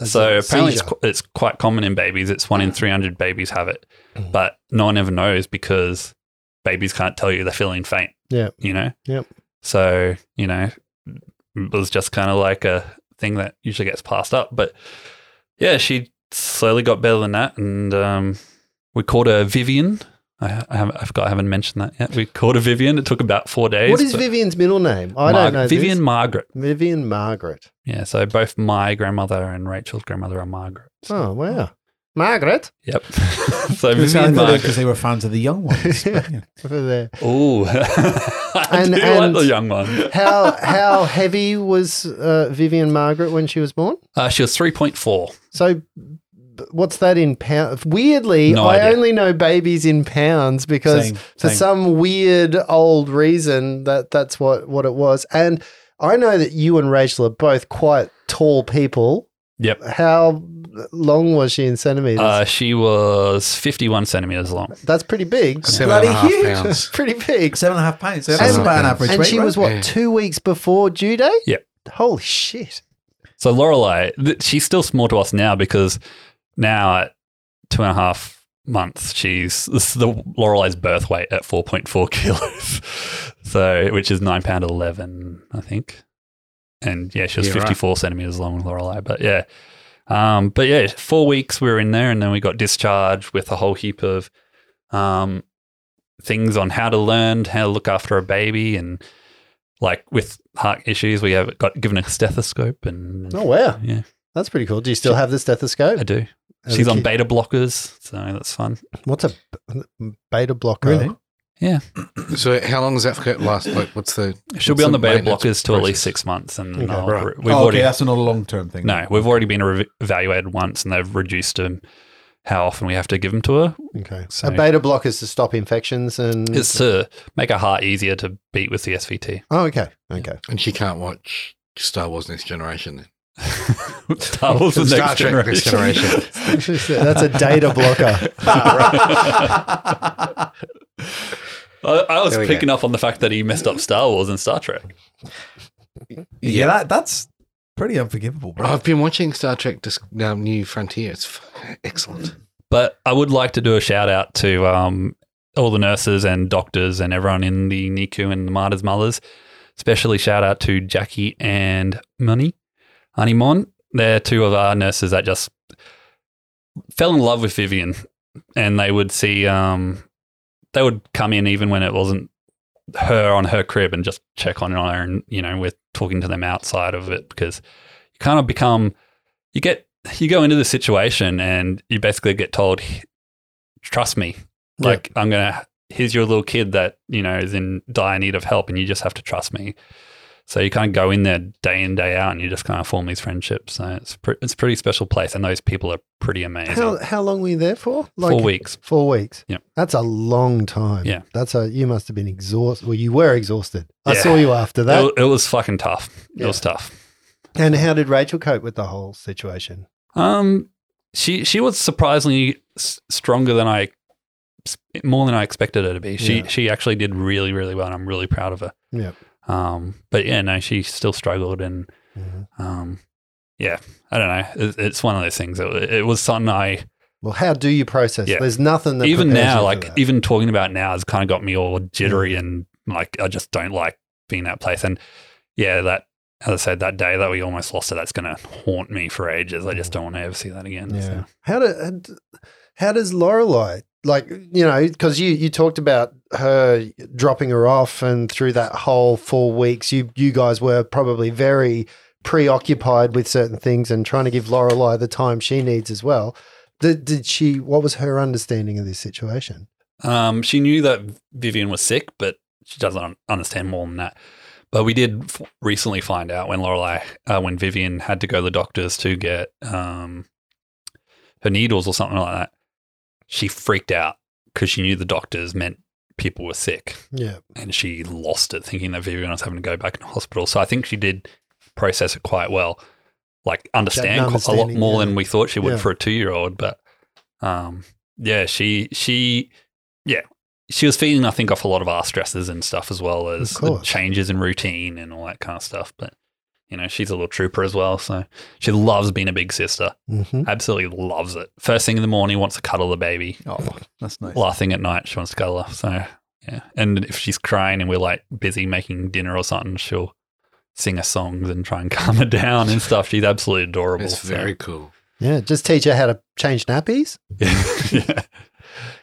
[SPEAKER 2] As
[SPEAKER 4] so
[SPEAKER 2] a
[SPEAKER 4] apparently, it's,
[SPEAKER 2] seizure.
[SPEAKER 4] qu- it's quite common in babies. It's one in 300 babies have it,
[SPEAKER 2] Mm.
[SPEAKER 4] but no one ever knows because babies can't tell you they're feeling faint.
[SPEAKER 2] Yeah.
[SPEAKER 4] You know?
[SPEAKER 2] Yep.
[SPEAKER 4] So, you know, it was just kind of like a thing that usually gets passed up. But yeah, she slowly got better than that. And um, we called her Vivian. I, I, haven't, I forgot I haven't mentioned that yet. We called her Vivian. It took about four days.
[SPEAKER 2] what is
[SPEAKER 4] but-
[SPEAKER 2] Vivian's middle name? I
[SPEAKER 4] Mar-
[SPEAKER 2] don't know. this.
[SPEAKER 4] Vivian Margaret.
[SPEAKER 2] Vivian Margaret.
[SPEAKER 4] Yeah. So both my grandmother and Rachel's grandmother are Margaret. So-
[SPEAKER 2] Oh wow, Margaret.
[SPEAKER 4] Yep. <laughs> so
[SPEAKER 1] Because
[SPEAKER 4] Vivian Margaret.
[SPEAKER 1] they were fans of the young
[SPEAKER 4] <laughs>
[SPEAKER 1] ones. but, yeah.
[SPEAKER 2] Over there.
[SPEAKER 4] Ooh. <laughs> I
[SPEAKER 2] And-
[SPEAKER 4] do
[SPEAKER 2] and-
[SPEAKER 4] like the young one.
[SPEAKER 2] How how heavy was uh, Vivian Margaret when she was born?
[SPEAKER 4] Uh, she was 3.4.
[SPEAKER 2] So, b- what's that in pounds? Weirdly,
[SPEAKER 4] No
[SPEAKER 2] I
[SPEAKER 4] idea.
[SPEAKER 2] only know babies in pounds because
[SPEAKER 1] Same,
[SPEAKER 2] for
[SPEAKER 1] same.
[SPEAKER 2] some weird old reason that that's what what it was. And I know that you and Rachel are both quite tall people.
[SPEAKER 4] Yep.
[SPEAKER 2] How long was she in centimeters?
[SPEAKER 4] Uh, she was 51 centimeters long.
[SPEAKER 2] that's pretty big.
[SPEAKER 3] Seven and a half
[SPEAKER 2] huge.
[SPEAKER 3] pounds.
[SPEAKER 2] pretty big.
[SPEAKER 1] Seven and a half pounds. So
[SPEAKER 3] Seven
[SPEAKER 1] that's
[SPEAKER 2] and a
[SPEAKER 1] about an
[SPEAKER 3] half
[SPEAKER 1] average
[SPEAKER 2] and
[SPEAKER 1] weight,
[SPEAKER 2] she
[SPEAKER 1] right? Oh,
[SPEAKER 2] was what
[SPEAKER 3] Yeah.
[SPEAKER 2] two weeks before due date.
[SPEAKER 4] Yep.
[SPEAKER 2] Holy shit!
[SPEAKER 4] So Lorelei, th- she's still small to us now because now at two and a half months, she's this is the Lorelei's birth weight at 4.4 <laughs> kilos. so, which is nine pound 11, I think. And yeah, she was
[SPEAKER 3] Yeah, right.
[SPEAKER 4] 54 centimeters long with Lorelei. But yeah. Um, but yeah, four weeks we were in there and then we got discharged with a whole heap of um, things on how to learn, how to look after a baby and like with heart issues, we have got given a stethoscope and
[SPEAKER 2] Oh wow,
[SPEAKER 4] yeah,
[SPEAKER 2] that's pretty cool. Do you still have the stethoscope?
[SPEAKER 4] I do.
[SPEAKER 2] As a
[SPEAKER 4] She's on
[SPEAKER 2] kid-
[SPEAKER 4] beta blockers, so that's fun.
[SPEAKER 2] What's a b- beta blocker?
[SPEAKER 1] Really?
[SPEAKER 3] So how long does that for- last? Like, what's the?
[SPEAKER 4] She'll
[SPEAKER 3] what's
[SPEAKER 4] be on the beta
[SPEAKER 3] maintenance
[SPEAKER 4] blockers till at
[SPEAKER 3] process?
[SPEAKER 4] least six months, and
[SPEAKER 2] Okay,
[SPEAKER 4] I'll-
[SPEAKER 3] right.
[SPEAKER 4] we've
[SPEAKER 1] oh,
[SPEAKER 4] already
[SPEAKER 1] okay, that's not a long term thing.
[SPEAKER 4] no, we've already been re- evaluated once, and they've reduced them how often we have to give them to her.
[SPEAKER 2] Okay.
[SPEAKER 4] So-
[SPEAKER 2] a beta block is to stop infections and.
[SPEAKER 4] It's to make her heart easier to beat with the SVT.
[SPEAKER 2] oh, okay. Okay.
[SPEAKER 3] And she can't watch Star Wars Next Generation. Then.
[SPEAKER 4] <laughs> Star Wars: The
[SPEAKER 3] Star
[SPEAKER 4] Next
[SPEAKER 3] Trek Next
[SPEAKER 4] Generation.
[SPEAKER 2] <laughs>
[SPEAKER 3] Generation.
[SPEAKER 2] That's a data
[SPEAKER 4] <laughs>
[SPEAKER 2] blocker.
[SPEAKER 4] I, I was
[SPEAKER 3] There we go.
[SPEAKER 4] picking up on the fact that he messed up Star Wars and Star Trek.
[SPEAKER 1] Yeah, that, that's pretty unforgivable, bro.
[SPEAKER 3] I've been watching Star Trek Dis- um, New Frontier. It's f- excellent.
[SPEAKER 4] But I would like to do a shout out to um, all the nurses and doctors and everyone in the NICU and the martyrs' mothers. Especially shout out to Jackie and Money, Animon. They're two of our nurses that just fell in love with Vivian, and they would see um, they would come in even when it wasn't her on her crib and just check on her and you know we're talking to them outside of it because you kind of become you get you go into the situation and you basically get told trust me
[SPEAKER 2] Yeah.
[SPEAKER 4] like i'm gonna here's your little kid that you know is in dire need of help and you just have to trust me so you kind of go in there day in day out and you just kind of form these friendships so it's, pre- it's a pretty special place and those people are pretty amazing
[SPEAKER 2] How, how long were you there for?
[SPEAKER 4] four weeks
[SPEAKER 2] Four weeks.
[SPEAKER 4] Yep.
[SPEAKER 2] That's a long time.
[SPEAKER 4] Yeah.
[SPEAKER 2] That's a, you must have been exhausted. Well, you were exhausted. I
[SPEAKER 4] Yeah.
[SPEAKER 2] saw you after
[SPEAKER 4] it,
[SPEAKER 2] that.
[SPEAKER 4] wa- it was fucking tough
[SPEAKER 2] Yeah.
[SPEAKER 4] it was tough
[SPEAKER 2] and how did Rachel cope with the whole situation?
[SPEAKER 4] Um, she she was surprisingly s- stronger than I, s- more than I expected her to be. She
[SPEAKER 2] Yeah.
[SPEAKER 4] she actually did really really well, and I'm really proud of her.
[SPEAKER 2] Yep.
[SPEAKER 4] Um, but yeah, no, she still struggled, and
[SPEAKER 2] Mhm.
[SPEAKER 4] um, yeah, I don't know. It, it's one of those things. It, it was something I
[SPEAKER 2] Well, how do you process?
[SPEAKER 4] Yeah.
[SPEAKER 2] There's nothing that Mm.
[SPEAKER 4] even
[SPEAKER 2] prepares you
[SPEAKER 4] now,
[SPEAKER 2] for
[SPEAKER 4] like
[SPEAKER 2] that.
[SPEAKER 4] even talking about now, has kind of got me all jittery and like I just don't like being that place. And yeah, that as I said, that day that we almost lost it, that's going to haunt me for ages. I just don't want to ever see that again.
[SPEAKER 2] Mm. Yeah.
[SPEAKER 4] So.
[SPEAKER 2] How do how does Lorelai like you know because you you talked about her dropping her off and through that whole four weeks you you guys were probably very preoccupied with certain things and trying to give Lorelai the time she needs as well. Did, did she? What was her understanding of this situation?
[SPEAKER 4] Um, she knew that Vivian was sick, but she doesn't un- understand more than that. But we did f- recently find out when Lorelai, uh, when Vivian had to go to the doctors to get um, her needles or something like that, she freaked out because she knew the doctors meant people were sick,
[SPEAKER 2] Yeah,
[SPEAKER 4] and she lost it, thinking that Vivian was having to go back in hospital. So I think she did process it quite well, like understand qu- a lot
[SPEAKER 2] understanding,
[SPEAKER 4] more
[SPEAKER 2] yeah.
[SPEAKER 4] than we thought she would
[SPEAKER 2] Yeah.
[SPEAKER 4] for a two-year-old. But um, yeah, she she yeah she was feeding I think off a lot of our stresses and stuff as well as the
[SPEAKER 2] course.
[SPEAKER 4] changes in routine and all that kind of stuff. But you know she's a little trooper as well, so she loves being a big sister.
[SPEAKER 2] mm-hmm.
[SPEAKER 4] Absolutely loves it. First thing in the morning, wants to cuddle the baby
[SPEAKER 1] Oh, that's nice.
[SPEAKER 4] laughing at night. She wants to cuddle up. So yeah, and if she's crying and we're like busy making dinner or something, she'll sing us songs and try and <laughs> calm her down and stuff. She's absolutely adorable.
[SPEAKER 3] It's
[SPEAKER 4] so-
[SPEAKER 3] very cool.
[SPEAKER 2] yeah. Just teach her how to change nappies.
[SPEAKER 4] <laughs>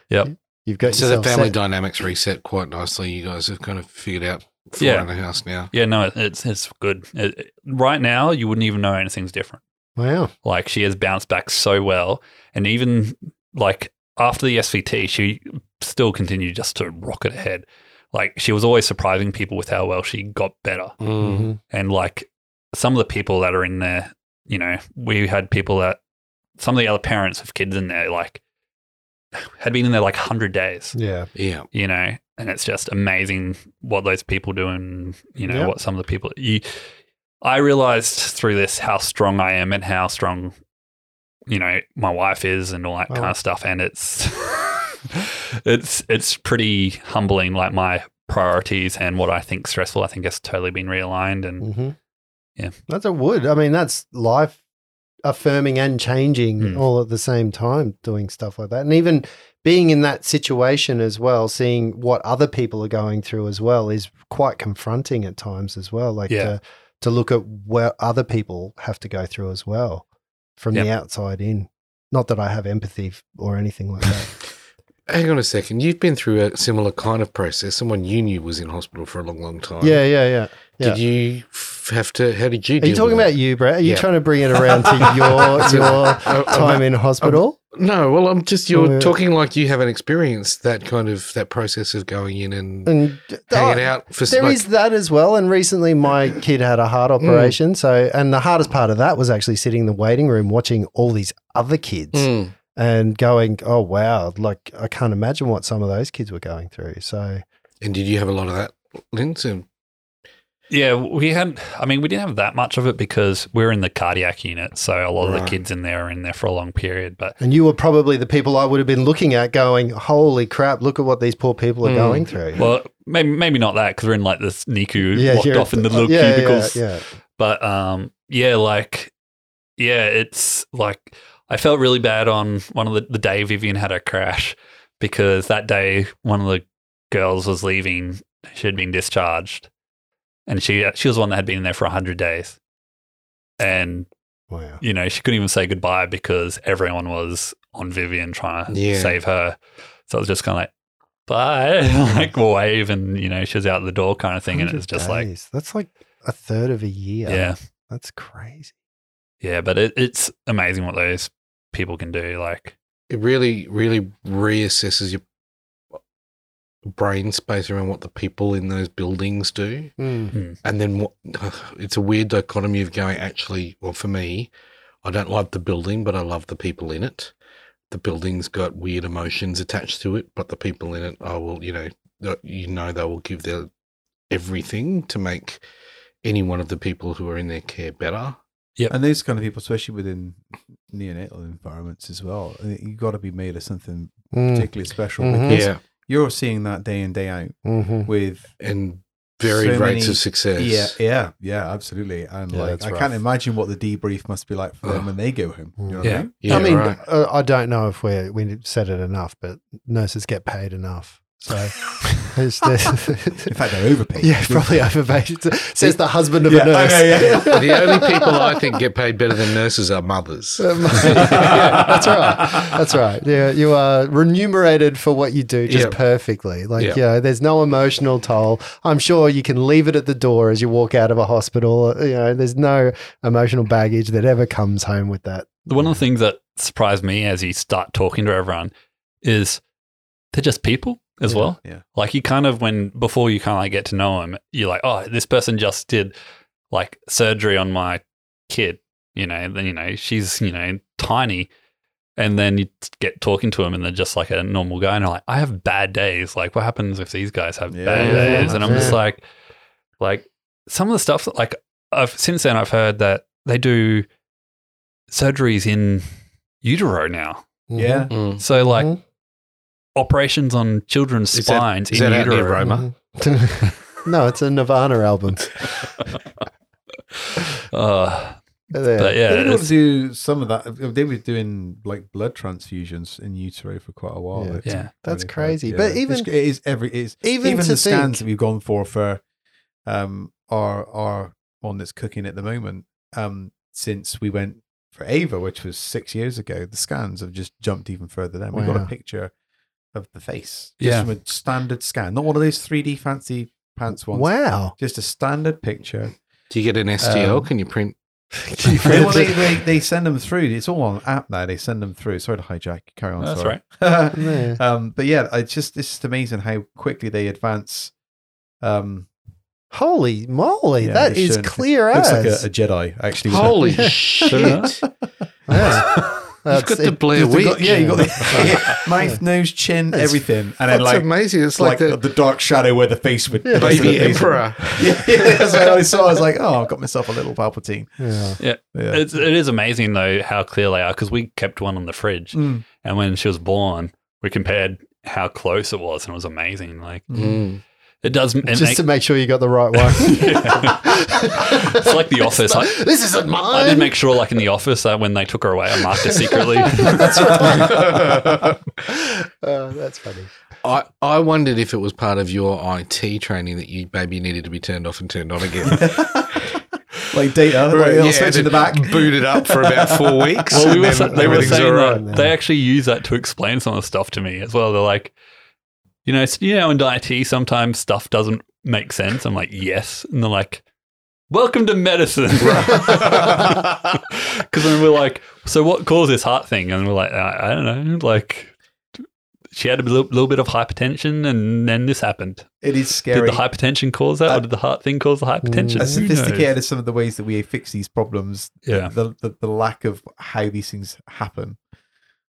[SPEAKER 4] yeah.
[SPEAKER 2] You've got
[SPEAKER 3] So the
[SPEAKER 2] yourself
[SPEAKER 3] family
[SPEAKER 2] set.
[SPEAKER 3] dynamics reset quite nicely. You guys have kind of figured out four
[SPEAKER 4] Yeah.
[SPEAKER 3] in the house now.
[SPEAKER 4] yeah, no, it- it's it's good. It- it- right now, you wouldn't even know anything's different.
[SPEAKER 2] Wow.
[SPEAKER 4] Like she has bounced back so well, and even like after the SVT, she still continued just to rocket ahead. Like she was always surprising people with how well she got better.
[SPEAKER 2] Mhm.
[SPEAKER 3] Mm-hmm.
[SPEAKER 4] and like some of the people that are in there, you know, we had people that some of the other parents of kids in there like had been in there like 100 days,
[SPEAKER 2] Yeah.
[SPEAKER 3] Yeah.
[SPEAKER 4] you know, and it's just amazing what those people do and, you know,
[SPEAKER 2] Yeah.
[SPEAKER 4] what some of the people you I realized through this how strong I am and how strong you know my wife is and all that
[SPEAKER 2] Oh.
[SPEAKER 4] kind of stuff and it's <laughs> it's it's pretty humbling like my priorities and what I think stressful I think has totally been realigned and
[SPEAKER 2] Mm-hmm.
[SPEAKER 4] Yeah.
[SPEAKER 2] That's a wood. I mean, that's life affirming and changing
[SPEAKER 4] Mm.
[SPEAKER 2] all at the same time, doing stuff like that. And even being in that situation as well, seeing what other people are going through as well is quite confronting at times as well. Like
[SPEAKER 4] Yeah.
[SPEAKER 2] to, to look at where other people have to go through as well from the outside in. Not that I have empathy f- or anything like that.
[SPEAKER 3] Hang on a second. You've been through a similar kind of process. Someone you knew was in hospital for a long, long time.
[SPEAKER 2] yeah, yeah, yeah.
[SPEAKER 3] Did you f- have to? How did you?
[SPEAKER 2] Are you talking about you, Brett? Are you
[SPEAKER 3] Yeah.
[SPEAKER 2] trying to bring it around to your your time in hospital?
[SPEAKER 3] No. Well, I'm just. You're
[SPEAKER 2] Oh, yeah.
[SPEAKER 3] talking like you haven't experienced that kind of that process of going in and
[SPEAKER 2] And oh,
[SPEAKER 3] hanging out for.
[SPEAKER 2] There is
[SPEAKER 3] like, Mm.
[SPEAKER 2] that as well. And recently, my kid had a heart operation. So, and the hardest part of that was actually sitting in the waiting room watching all these other kids
[SPEAKER 3] Mm.
[SPEAKER 2] and going, "Oh wow!" Like I can't imagine what some of those kids were going through. So,
[SPEAKER 3] And did you have a lot of that, Lynn? So-
[SPEAKER 4] Yeah, we had. I mean, we didn't have that much of it because we are in the cardiac unit, so a lot of
[SPEAKER 3] Right.
[SPEAKER 4] the kids in there are in there for a long period. But
[SPEAKER 2] and you were probably the people I would have been looking at, going, "Holy crap! Look at what these poor people are
[SPEAKER 3] Mm.
[SPEAKER 2] going through."
[SPEAKER 4] well, maybe maybe not that because we're in like this NICU locked
[SPEAKER 2] you're-
[SPEAKER 4] off in the little
[SPEAKER 2] yeah, yeah,
[SPEAKER 4] cubicles.
[SPEAKER 2] Yeah,
[SPEAKER 4] But um, yeah, like yeah, it's like I felt really bad on one of the, the day Vivian had her crash because that day one of the girls was leaving. She had been discharged, and she she was the one that had been there for hundred days, and
[SPEAKER 2] wow.
[SPEAKER 4] you know, she couldn't even say goodbye because everyone was on Vivian trying to
[SPEAKER 3] Yeah.
[SPEAKER 4] save her. So it was just kind of like, bye, <laughs> like wave, and you know, she was out the door kind of thing. And it was
[SPEAKER 2] 100
[SPEAKER 4] just like,
[SPEAKER 2] days. that's like a third of a year.
[SPEAKER 4] yeah,
[SPEAKER 2] that's crazy.
[SPEAKER 4] yeah. But it, it's amazing what those people can do. Like,
[SPEAKER 3] it really, really reassesses your brain space around what the people in those buildings do.
[SPEAKER 1] Mm-hmm.
[SPEAKER 3] And then what, <sighs> it's a weird dichotomy of going, actually, well, for me, I don't like the building, but I love the people in it. The building's got weird emotions attached to it, but the people in it, I will, you know, th- you know, they will give their everything to make any one of the people who are in their care better.
[SPEAKER 1] And those kind of people, especially within neonatal environments as well, you've got to be made of something
[SPEAKER 2] Mm.
[SPEAKER 1] particularly special.
[SPEAKER 2] Mhm.
[SPEAKER 1] Because
[SPEAKER 3] Yeah.
[SPEAKER 1] you're seeing that day in, day out
[SPEAKER 2] Mm-hmm.
[SPEAKER 1] with.
[SPEAKER 3] And varied
[SPEAKER 1] So
[SPEAKER 3] rates
[SPEAKER 1] many-
[SPEAKER 3] of success.
[SPEAKER 1] Yeah, yeah, yeah, absolutely. And
[SPEAKER 2] Yeah,
[SPEAKER 1] like,
[SPEAKER 2] that's
[SPEAKER 1] I
[SPEAKER 2] rough.
[SPEAKER 1] can't imagine what the debrief must be like for them
[SPEAKER 3] Ugh.
[SPEAKER 1] when they go home. You know what
[SPEAKER 4] Yeah.
[SPEAKER 1] I mean?
[SPEAKER 3] Yeah,
[SPEAKER 2] I mean,
[SPEAKER 3] right.
[SPEAKER 2] uh, I don't know if we we said it enough, but nurses get paid enough.
[SPEAKER 4] So
[SPEAKER 2] It's the- <laughs>
[SPEAKER 1] In fact, they're overpaid.
[SPEAKER 2] yeah, probably overpaid. Says the husband of
[SPEAKER 1] Yeah,
[SPEAKER 2] a nurse.
[SPEAKER 1] okay, yeah. <laughs>
[SPEAKER 3] the only people I think get paid better than nurses are mothers.
[SPEAKER 2] <laughs> Um, yeah, that's right. That's right. Yeah, you are remunerated for what you do just
[SPEAKER 3] Yeah.
[SPEAKER 2] perfectly. Like,
[SPEAKER 3] Yeah.
[SPEAKER 2] you know, there's no emotional toll. I'm sure you can leave it at the door as you walk out of a hospital. Uh, You know, there's no emotional baggage that ever comes home with that.
[SPEAKER 4] the one of the things that surprised me as you start talking to everyone is they're just people as
[SPEAKER 2] Yeah.
[SPEAKER 4] well.
[SPEAKER 1] Yeah.
[SPEAKER 4] Like you kind of when before you kind of like get to know them, you're like, oh, this person just did like surgery on my kid. You know, then you know she's you know tiny, and then you get talking to them, and they're just like a normal guy, and they're like, I have bad days. Like, what happens if these guys have
[SPEAKER 1] Yeah.
[SPEAKER 4] bad days? And I'm just
[SPEAKER 2] Yeah.
[SPEAKER 4] like, like some of the stuff that like I've since then I've heard that they do surgeries in utero now.
[SPEAKER 1] Yeah.
[SPEAKER 3] Mm.
[SPEAKER 4] So like
[SPEAKER 1] Mm-hmm.
[SPEAKER 2] Mhm.
[SPEAKER 4] operations on children's
[SPEAKER 3] Is that-
[SPEAKER 4] spines
[SPEAKER 3] is
[SPEAKER 4] in
[SPEAKER 3] that out near
[SPEAKER 4] utero.
[SPEAKER 3] Rome?
[SPEAKER 2] Mhm. <laughs> no, it's a Nirvana album.
[SPEAKER 4] Uh,
[SPEAKER 2] There.
[SPEAKER 4] But yeah,
[SPEAKER 1] they did
[SPEAKER 4] it's-
[SPEAKER 1] want to do some of that. They were doing like blood transfusions in utero for quite a while.
[SPEAKER 2] Yeah.
[SPEAKER 1] It's
[SPEAKER 4] Yeah.
[SPEAKER 2] That's
[SPEAKER 1] really
[SPEAKER 2] crazy.
[SPEAKER 1] hard,
[SPEAKER 2] But
[SPEAKER 1] yeah.
[SPEAKER 2] even-
[SPEAKER 1] It's- it is every it is
[SPEAKER 2] even,
[SPEAKER 1] even,
[SPEAKER 2] to
[SPEAKER 1] the
[SPEAKER 2] think,
[SPEAKER 1] scans that we've gone for for um our our one that's cooking at the moment um since we went for Ava, which was six years ago, the scans have just jumped even further. Then we got
[SPEAKER 2] Wow.
[SPEAKER 1] a picture of the face, just
[SPEAKER 4] Yeah.
[SPEAKER 1] from a standard scan, not one of those three D fancy pants ones.
[SPEAKER 2] wow.
[SPEAKER 1] Just a standard picture.
[SPEAKER 3] Do you get an STL?
[SPEAKER 1] Um,
[SPEAKER 3] Can you print?
[SPEAKER 1] they, well, they, they, they send them through. It's all on app now. They send them through. Sorry to hijack. Carry on.
[SPEAKER 4] that's
[SPEAKER 1] sorry.
[SPEAKER 4] right.
[SPEAKER 1] <laughs>
[SPEAKER 2] Yeah.
[SPEAKER 1] um, but yeah, it's just it's just amazing how quickly they advance. Um,
[SPEAKER 2] Holy moly,
[SPEAKER 1] Yeah,
[SPEAKER 2] that
[SPEAKER 1] they
[SPEAKER 2] is
[SPEAKER 1] should.
[SPEAKER 2] clear
[SPEAKER 1] looks
[SPEAKER 2] as.
[SPEAKER 1] like a, a Jedi actually.
[SPEAKER 3] Holy
[SPEAKER 2] Yeah.
[SPEAKER 3] shit!
[SPEAKER 2] <laughs>
[SPEAKER 1] <laughs>
[SPEAKER 2] Yeah.
[SPEAKER 3] You've
[SPEAKER 2] That's-
[SPEAKER 3] got the
[SPEAKER 2] it-
[SPEAKER 3] Blair
[SPEAKER 1] You
[SPEAKER 3] Witch.
[SPEAKER 1] got- yeah, you got
[SPEAKER 2] <laughs> Yeah.
[SPEAKER 1] the <laughs> mouth, nose, chin,
[SPEAKER 2] That's-
[SPEAKER 1] everything, and then
[SPEAKER 3] That's
[SPEAKER 1] like
[SPEAKER 3] amazing. It's
[SPEAKER 1] like
[SPEAKER 3] like,
[SPEAKER 1] the, the dark shadow where the face would
[SPEAKER 2] Yeah.
[SPEAKER 3] the
[SPEAKER 1] face of
[SPEAKER 3] baby
[SPEAKER 1] the face-
[SPEAKER 3] emperor.
[SPEAKER 1] <laughs> Yeah, yeah, that's what I saw. I was like, oh, I've got myself a little Palpatine.
[SPEAKER 2] yeah.
[SPEAKER 1] Yeah.
[SPEAKER 4] It's, it is amazing though how clear they are because we kept one on the fridge,
[SPEAKER 1] Mm.
[SPEAKER 4] and when she was born, we compared how close it was, and it was amazing. Like
[SPEAKER 3] Mm.
[SPEAKER 4] it does. It
[SPEAKER 2] Just
[SPEAKER 4] make,
[SPEAKER 2] to make sure you got the right one.
[SPEAKER 1] <laughs>
[SPEAKER 4] It's like The Office.
[SPEAKER 2] not-
[SPEAKER 4] I-
[SPEAKER 2] this isn't mine.
[SPEAKER 4] I did make sure, like in the office, that when they took her away, I marked it secretly.
[SPEAKER 2] that's right. Uh, that's funny.
[SPEAKER 3] Mm. I, I wondered if it was part of your IT training that you maybe needed to be turned off and turned on again.
[SPEAKER 1] Like data, like
[SPEAKER 3] Right,
[SPEAKER 1] little
[SPEAKER 3] yeah,
[SPEAKER 1] switch in the
[SPEAKER 3] just
[SPEAKER 1] back.
[SPEAKER 3] Booted up for about four weeks.
[SPEAKER 4] Well, we
[SPEAKER 3] and
[SPEAKER 4] were,
[SPEAKER 3] then
[SPEAKER 4] sa- they were
[SPEAKER 3] everything's
[SPEAKER 4] saying
[SPEAKER 3] all right.
[SPEAKER 4] that they actually use that to explain some of the stuff to me as well. They're like, you know, s- you know, in IT sometimes stuff doesn't make sense. I'm like, yes, and they're like, welcome
[SPEAKER 3] <laughs>
[SPEAKER 4] to medicine, <laughs> because then we're like, so what caused this heart thing? And we're like, I, I don't know, like. She had a little, little bit of hypertension, and then this happened.
[SPEAKER 1] It is scary.
[SPEAKER 4] Did the hypertension cause that,
[SPEAKER 1] Uh,
[SPEAKER 4] or did the heart thing cause the hypertension?
[SPEAKER 1] As
[SPEAKER 4] Who knows?
[SPEAKER 1] sophisticated as some of the ways that we fix these problems,
[SPEAKER 4] Yeah.
[SPEAKER 1] the, the the lack of how these things happen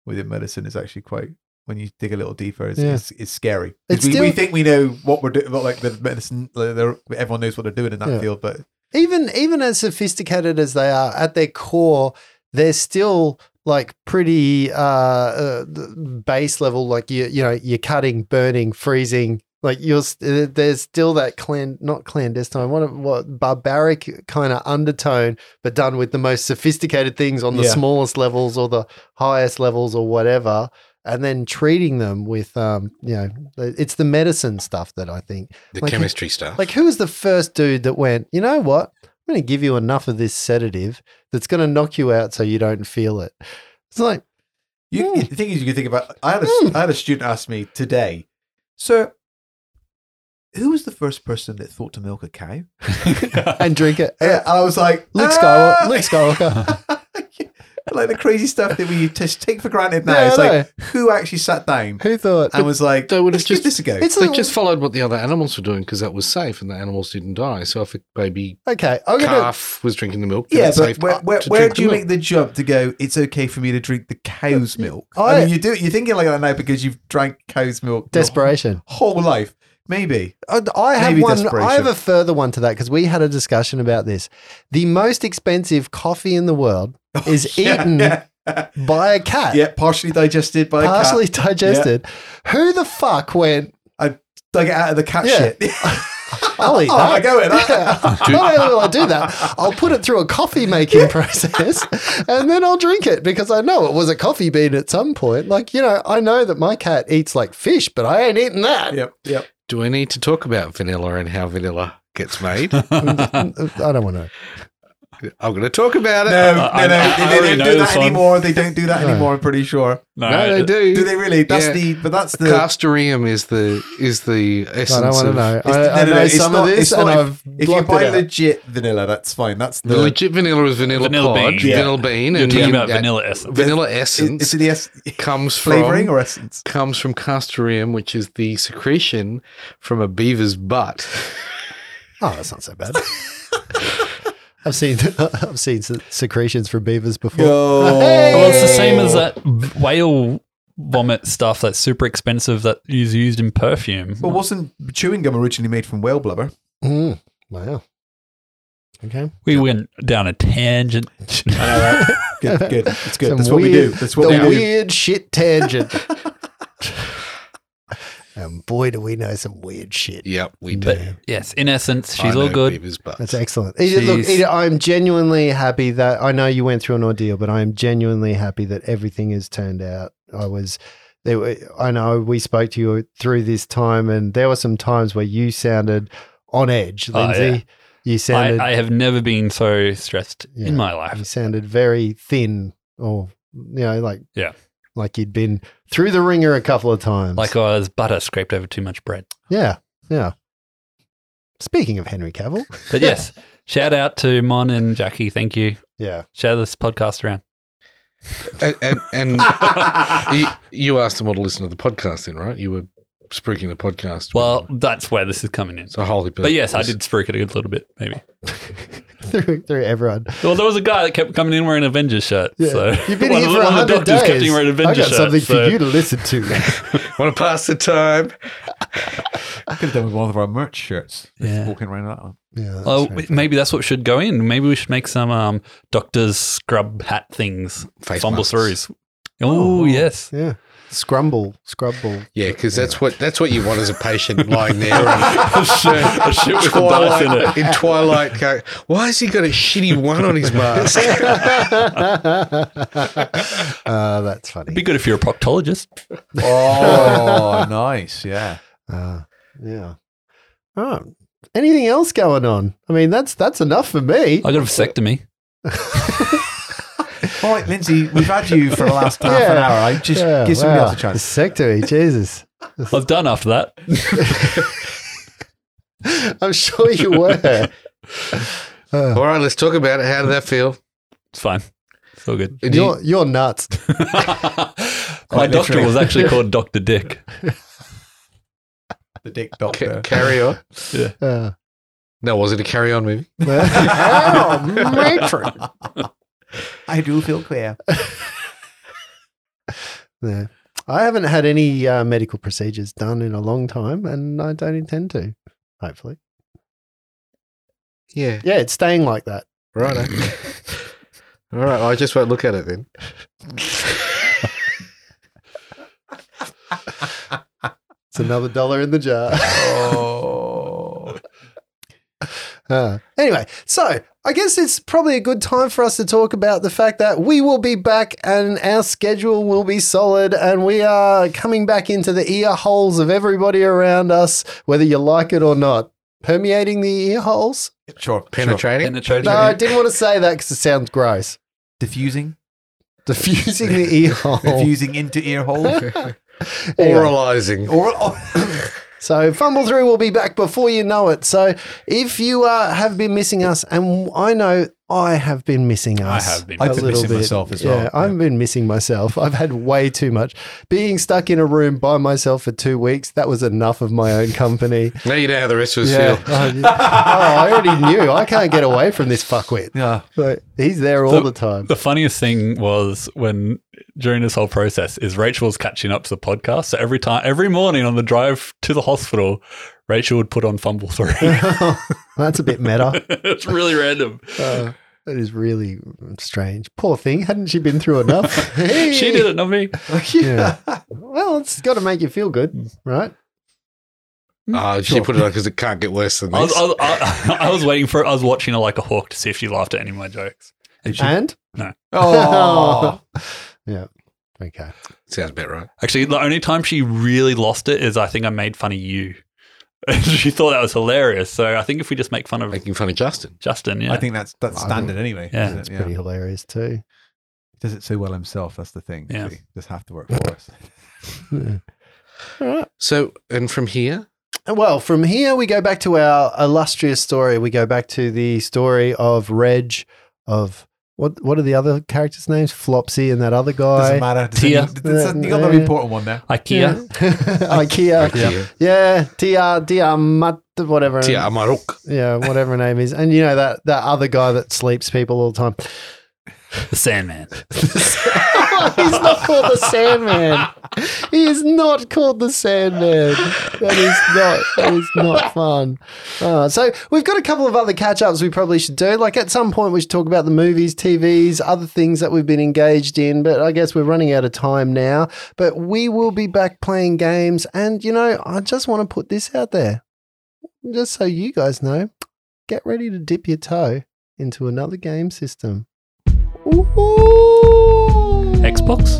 [SPEAKER 1] within medicine is actually quite. When you dig a little deeper, it's,
[SPEAKER 2] Yeah.
[SPEAKER 1] it's, it's scary. 'Cause
[SPEAKER 2] It's
[SPEAKER 1] we, we
[SPEAKER 2] still-
[SPEAKER 1] think we know what we're doing, like the medicine, like they're- everyone knows what they're doing in that
[SPEAKER 2] Yeah.
[SPEAKER 1] field, but
[SPEAKER 2] Even even as sophisticated as they are, at their core, they're still like pretty uh, uh th- base level. Like you you know you're cutting, burning, freezing. Like you're st- uh, there's still that clan not clandestine what what barbaric kind of undertone, but done with the most sophisticated things on the
[SPEAKER 1] Yeah.
[SPEAKER 2] smallest levels or the highest levels or whatever. And then treating them with, um, you know, it's the medicine stuff that I think
[SPEAKER 3] The
[SPEAKER 2] Like,
[SPEAKER 3] chemistry stuff.
[SPEAKER 2] like, who was the first dude that went, you know what? I'm going to give you enough of this sedative that's going to knock you out so you don't feel it. It's
[SPEAKER 1] <laughs>
[SPEAKER 2] like,
[SPEAKER 1] You,
[SPEAKER 2] Mm.
[SPEAKER 1] The thing is, you can think about. I had a,
[SPEAKER 2] Mm.
[SPEAKER 1] I had a student ask me today, sir, who was the first person that thought to milk a cow?
[SPEAKER 2] and drink it.
[SPEAKER 1] And I was like,
[SPEAKER 2] Luke
[SPEAKER 1] "Ah!"
[SPEAKER 2] Skywalker. Luke Skywalker.
[SPEAKER 1] <laughs> like the crazy stuff that we just take for granted now.
[SPEAKER 2] Yeah,
[SPEAKER 1] it's
[SPEAKER 2] I
[SPEAKER 1] like who actually sat down
[SPEAKER 2] Who thought?
[SPEAKER 1] and was like,
[SPEAKER 3] they would have
[SPEAKER 1] let's give
[SPEAKER 3] just
[SPEAKER 1] this a go.
[SPEAKER 2] It's
[SPEAKER 3] they
[SPEAKER 2] like,
[SPEAKER 3] just followed what the other animals were doing because that was safe and the animals didn't die. So if a baby
[SPEAKER 2] okay, I'm going to.
[SPEAKER 3] calf was drinking the milk, then
[SPEAKER 1] yeah,
[SPEAKER 3] it's
[SPEAKER 1] but
[SPEAKER 3] safe
[SPEAKER 1] where,
[SPEAKER 3] up
[SPEAKER 1] where,
[SPEAKER 3] to
[SPEAKER 1] where
[SPEAKER 3] drink
[SPEAKER 1] do you
[SPEAKER 3] the
[SPEAKER 1] make the jump to go? It's okay for me to drink the cow's milk. I,
[SPEAKER 2] I-
[SPEAKER 1] mean, you do. You're thinking like that now because you've drank cow's milk your
[SPEAKER 2] Desperation.
[SPEAKER 1] whole life. Maybe <laughs>
[SPEAKER 2] I I have
[SPEAKER 1] Maybe
[SPEAKER 2] one.
[SPEAKER 1] desperation.
[SPEAKER 2] I have a further one to that because we had a discussion about this. The most expensive coffee in the
[SPEAKER 1] <laughs>
[SPEAKER 2] world is
[SPEAKER 1] Oh, Yeah,
[SPEAKER 2] eaten
[SPEAKER 1] yeah,
[SPEAKER 2] by a cat,
[SPEAKER 1] yeah, partially digested by
[SPEAKER 2] partially
[SPEAKER 1] a cat.
[SPEAKER 2] digested. Who the fuck went?
[SPEAKER 1] Dug it out of the cat
[SPEAKER 2] Yeah.
[SPEAKER 1] <laughs> shit.
[SPEAKER 2] I'll eat
[SPEAKER 1] Oh,
[SPEAKER 2] that.
[SPEAKER 1] I go with
[SPEAKER 2] <laughs>
[SPEAKER 1] that.
[SPEAKER 2] Yeah. Not only will I do that, I'll put it through a coffee making process and then I'll drink it because I know it was a coffee bean at some point. Like, you know, I know that my cat eats like fish, but I ain't eating that.
[SPEAKER 1] Yep, yep.
[SPEAKER 3] Do we need to talk about vanilla and how vanilla gets
[SPEAKER 1] <laughs>
[SPEAKER 3] made?
[SPEAKER 4] I,
[SPEAKER 2] I don't want to.
[SPEAKER 3] I'm going to talk about it.
[SPEAKER 1] No, no, no.
[SPEAKER 4] I- I-
[SPEAKER 1] they-
[SPEAKER 4] I
[SPEAKER 1] they
[SPEAKER 4] already
[SPEAKER 1] don't
[SPEAKER 4] know
[SPEAKER 1] do that
[SPEAKER 4] this one.
[SPEAKER 1] anymore. They don't do that
[SPEAKER 2] No.
[SPEAKER 1] anymore. I'm pretty sure.
[SPEAKER 4] no,
[SPEAKER 3] No, they
[SPEAKER 4] it-
[SPEAKER 3] do.
[SPEAKER 1] Do they really? That's
[SPEAKER 3] Yeah.
[SPEAKER 1] the. But that's the.
[SPEAKER 3] Castoreum is the is the essence.
[SPEAKER 2] I don't want to
[SPEAKER 3] of-
[SPEAKER 2] know.
[SPEAKER 1] It's-
[SPEAKER 2] I,
[SPEAKER 1] no,
[SPEAKER 2] I
[SPEAKER 1] no,
[SPEAKER 2] know
[SPEAKER 1] no, it's
[SPEAKER 2] some of
[SPEAKER 1] not- it's
[SPEAKER 2] this
[SPEAKER 1] not
[SPEAKER 2] and
[SPEAKER 1] if-
[SPEAKER 2] I've
[SPEAKER 1] If you
[SPEAKER 2] blocked
[SPEAKER 1] buy
[SPEAKER 2] it out.
[SPEAKER 1] legit vanilla, that's fine. That's
[SPEAKER 3] The
[SPEAKER 1] the.
[SPEAKER 3] legit vanilla is vanilla,
[SPEAKER 4] Vanilla
[SPEAKER 3] pod,
[SPEAKER 4] bean.
[SPEAKER 1] Yeah.
[SPEAKER 3] vanilla bean,
[SPEAKER 4] You're
[SPEAKER 3] and
[SPEAKER 4] talking
[SPEAKER 3] you-
[SPEAKER 4] about
[SPEAKER 3] that
[SPEAKER 4] vanilla essence.
[SPEAKER 3] vanilla
[SPEAKER 1] is,
[SPEAKER 3] essence
[SPEAKER 1] is it the es-
[SPEAKER 2] <laughs>
[SPEAKER 3] comes
[SPEAKER 1] flavoring
[SPEAKER 3] from
[SPEAKER 1] or essence?
[SPEAKER 3] comes from castoreum, which is the secretion from a beaver's
[SPEAKER 4] <laughs>
[SPEAKER 3] butt.
[SPEAKER 2] Oh, that's not so
[SPEAKER 1] <laughs>
[SPEAKER 2] bad. I've seen <laughs> I've seen se- secretions from beavers before. Hey!
[SPEAKER 4] Well, it's the same as that whale vomit stuff that's super expensive that is used in perfume.
[SPEAKER 1] But wasn't chewing gum originally made from whale blubber?
[SPEAKER 2] Mm, wow. Okay.
[SPEAKER 4] we went down a tangent.
[SPEAKER 1] <laughs> Good, good. It's good.
[SPEAKER 2] Some
[SPEAKER 1] That's what we do.
[SPEAKER 2] weird-
[SPEAKER 1] That's what we
[SPEAKER 2] the
[SPEAKER 1] do.
[SPEAKER 2] weird shit
[SPEAKER 1] <laughs>
[SPEAKER 2] tangent. and boy, do we know some weird shit.
[SPEAKER 3] Yep, we do.
[SPEAKER 4] But yes, in essence, she's
[SPEAKER 3] I
[SPEAKER 4] all
[SPEAKER 3] know
[SPEAKER 4] good.
[SPEAKER 3] Beaver's butt.
[SPEAKER 2] That's excellent. Edith, look,
[SPEAKER 4] Jeez.
[SPEAKER 2] Edith, I'm genuinely happy that I know you went through an ordeal, but I am genuinely happy that everything has turned out. I was, there were, I know we spoke to you through this time, and there were some times where you sounded on edge,
[SPEAKER 4] Oh,
[SPEAKER 2] Lindsay. You
[SPEAKER 4] I,
[SPEAKER 2] sounded,
[SPEAKER 4] I have never been so stressed
[SPEAKER 2] Yeah.
[SPEAKER 4] in my
[SPEAKER 2] you
[SPEAKER 4] life.
[SPEAKER 2] sounded very thin, or you know, like
[SPEAKER 4] Yeah.
[SPEAKER 2] like you'd been through the ringer a couple of times.
[SPEAKER 4] Like I was butter scraped over too much bread.
[SPEAKER 2] yeah, yeah. Speaking of Henry Cavill,
[SPEAKER 4] But yes, shout out to Mon and Jackie. Thank you.
[SPEAKER 2] yeah, <laughs>
[SPEAKER 4] Share this podcast around.
[SPEAKER 3] and and, <laughs> and you, you asked them all to listen to the podcast, then, right? You were spruiking the podcast.
[SPEAKER 4] Well, that's where this is coming in.
[SPEAKER 3] so holy.
[SPEAKER 4] But yes, I did spruik it a good little bit, maybe.
[SPEAKER 2] through through everyone.
[SPEAKER 4] Well, there was a guy that kept coming in wearing an Avengers shirt.
[SPEAKER 2] Yeah.
[SPEAKER 4] So
[SPEAKER 2] You've
[SPEAKER 4] <laughs>
[SPEAKER 2] been
[SPEAKER 4] one
[SPEAKER 2] here
[SPEAKER 4] of
[SPEAKER 2] for
[SPEAKER 4] the- one of
[SPEAKER 2] 100
[SPEAKER 4] the doctors kept
[SPEAKER 2] days.
[SPEAKER 4] him wearing an
[SPEAKER 2] I
[SPEAKER 4] Avenger
[SPEAKER 2] got
[SPEAKER 4] shirt.
[SPEAKER 2] something
[SPEAKER 4] so-
[SPEAKER 2] for you to listen to. <laughs>
[SPEAKER 3] Want to pass the time?
[SPEAKER 1] Could have done with one of our merch shirts. Just
[SPEAKER 4] Yeah.
[SPEAKER 1] Walking around with that one.
[SPEAKER 2] yeah,
[SPEAKER 4] <laughs>
[SPEAKER 2] that's
[SPEAKER 4] Oh,
[SPEAKER 2] right.
[SPEAKER 4] maybe that's what should go in. Maybe we should make some um, doctor's scrub hat things.
[SPEAKER 3] Face
[SPEAKER 4] fumble
[SPEAKER 3] masks.
[SPEAKER 4] throughs.
[SPEAKER 2] <laughs>
[SPEAKER 4] Oh, yes.
[SPEAKER 2] yeah. Scrumble,
[SPEAKER 4] <laughs>
[SPEAKER 2] scrubble.
[SPEAKER 3] Yeah, because that's what that's what you want as a <laughs> patient lying there in
[SPEAKER 4] a Oh, shit, a shit with the dice in it.
[SPEAKER 3] twilight. In twilight, going, why has he got a shitty one on his <laughs> mask?
[SPEAKER 2] uh, that's
[SPEAKER 4] It'd be
[SPEAKER 2] funny.
[SPEAKER 4] good if you're a proctologist.
[SPEAKER 1] <laughs> Oh, nice. Yeah.
[SPEAKER 2] Uh, yeah. Oh, anything else going on? I mean, that's that's enough for me.
[SPEAKER 4] I got a vasectomy.
[SPEAKER 1] All right, Lindsay, we've had you for the last half an
[SPEAKER 2] Yeah.
[SPEAKER 1] hour. I just
[SPEAKER 2] Yeah,
[SPEAKER 1] give somebody
[SPEAKER 2] wow.
[SPEAKER 1] else a chance.
[SPEAKER 2] Vasectomy,
[SPEAKER 4] <laughs>
[SPEAKER 2] Jesus.
[SPEAKER 4] I've done after that.
[SPEAKER 2] I'm sure you
[SPEAKER 4] <laughs>
[SPEAKER 2] were. Uh,
[SPEAKER 3] all right, let's talk about it. How did that feel?
[SPEAKER 4] It's fine. It's
[SPEAKER 3] <laughs>
[SPEAKER 4] all good. <laughs>
[SPEAKER 3] Did you-
[SPEAKER 2] you're, you're nuts.
[SPEAKER 4] My
[SPEAKER 1] Quite
[SPEAKER 4] doctor
[SPEAKER 1] literally.
[SPEAKER 4] was actually called Dr. Dick.
[SPEAKER 1] The
[SPEAKER 2] <laughs>
[SPEAKER 1] dick
[SPEAKER 3] ca-
[SPEAKER 1] doctor.
[SPEAKER 3] carry on?
[SPEAKER 2] Uh,
[SPEAKER 3] No, was it a carry on movie?
[SPEAKER 2] <laughs> Ow, matron.
[SPEAKER 1] I do feel queer.
[SPEAKER 2] Yeah. I haven't had any uh, medical procedures done in a long time, and I don't intend to. Hopefully,
[SPEAKER 3] Yeah.
[SPEAKER 2] yeah, it's staying like that.
[SPEAKER 3] Right. eh? <laughs> all right. I just won't look at it then.
[SPEAKER 2] It's another dollar in the jar. <laughs>
[SPEAKER 1] Oh.
[SPEAKER 2] Uh, anyway, so I guess it's probably a good time for us to talk about the fact that we will be back and our schedule will be solid and we are coming back into the ear holes of everybody around us, whether you like it or not. Permeating the ear holes?
[SPEAKER 1] Sure. sure.
[SPEAKER 3] Penetrating.
[SPEAKER 4] Penetrating.
[SPEAKER 2] No, I didn't want to say that because it sounds gross.
[SPEAKER 1] Diffusing.
[SPEAKER 2] Diffusing the ear hole.
[SPEAKER 1] Diffusing into ear
[SPEAKER 2] <laughs>
[SPEAKER 1] hole.
[SPEAKER 2] Anyway.
[SPEAKER 3] Oralizing.
[SPEAKER 1] Or, or-
[SPEAKER 2] So Fumble Through will be back before you know it. So if you uh, have been missing us, and I know I have been missing
[SPEAKER 4] I
[SPEAKER 2] us.
[SPEAKER 4] have been.
[SPEAKER 1] I've
[SPEAKER 2] a
[SPEAKER 1] been
[SPEAKER 2] little
[SPEAKER 1] missing
[SPEAKER 2] bit.
[SPEAKER 1] myself as
[SPEAKER 2] yeah,
[SPEAKER 1] well.
[SPEAKER 2] I've been missing myself. I've had way too much. Being stuck in a room by myself for two weeks, that was enough of my own company.
[SPEAKER 3] Now you know how the rest of us feel.
[SPEAKER 2] Oh, yeah. Oh, I already knew. I can't get away from this fuckwit.
[SPEAKER 1] yeah.
[SPEAKER 2] Like, he's there all the time.
[SPEAKER 4] The funniest thing was when during this whole process is Rachel was catching up to the podcast. So every time, every morning on the drive to the hospital, Rachel would put on Fumble Through.
[SPEAKER 2] <laughs> That's a bit meta.
[SPEAKER 4] <laughs> it's really random.
[SPEAKER 2] Uh, that is really strange. Poor thing. Hadn't she been through enough?
[SPEAKER 4] She did it, not me.
[SPEAKER 2] Yeah. well, it's got to make you feel good, right?
[SPEAKER 3] Uh, She put it on because it can't get worse than
[SPEAKER 4] I was,
[SPEAKER 3] this.
[SPEAKER 4] I, was, I, <laughs> I was waiting for. I was watching her like a hawk to see if she laughed at any of my jokes. And she,
[SPEAKER 2] And?
[SPEAKER 1] Oh,
[SPEAKER 2] yeah. Okay.
[SPEAKER 3] Sounds about right.
[SPEAKER 4] actually, the only time she really lost it is I think I made fun of you. <laughs> And she thought that was hilarious. So I think if we just make fun of
[SPEAKER 3] Making fun of Justin.
[SPEAKER 4] Justin, yeah,
[SPEAKER 1] I think that's that's
[SPEAKER 2] I
[SPEAKER 1] standard anyway.
[SPEAKER 4] Yeah.
[SPEAKER 1] isn't it?
[SPEAKER 2] That's pretty hilarious too.
[SPEAKER 1] He does it so well himself. That's the thing.
[SPEAKER 4] Yeah.
[SPEAKER 1] See, Just have to work for us.
[SPEAKER 2] All right.
[SPEAKER 3] So, and from here,
[SPEAKER 2] Well, from here we go back to our illustrious story. We go back to the story of Reg, of what what are the other characters' names? Flopsy and that other
[SPEAKER 1] Doesn't
[SPEAKER 2] guy.
[SPEAKER 1] matter. Does
[SPEAKER 4] Tia.
[SPEAKER 1] any- does- you got the
[SPEAKER 2] Yeah.
[SPEAKER 1] important one there.
[SPEAKER 2] <laughs>
[SPEAKER 4] IKEA.
[SPEAKER 2] IKEA.
[SPEAKER 3] yeah.
[SPEAKER 2] Oh, Yeah, Tia Tia Mat whatever.
[SPEAKER 3] Tia Amarok.
[SPEAKER 2] Yeah, whatever her name is. And you know that that other guy that sleeps people all the time.
[SPEAKER 4] the Sandman.
[SPEAKER 2] <laughs> He's not called the Sandman. He is not called the Sandman. That is not. That is not fun. Uh, so we've got a couple of other catch-ups we probably should do. Like at some point we should talk about the movies, TVs, other things that we've been engaged in. But I guess we're running out of time now. But we will be back playing games. And you know, I just want to put this out there, just so you guys know. Get ready to dip your toe into another game system. Ooh.
[SPEAKER 4] Xbox?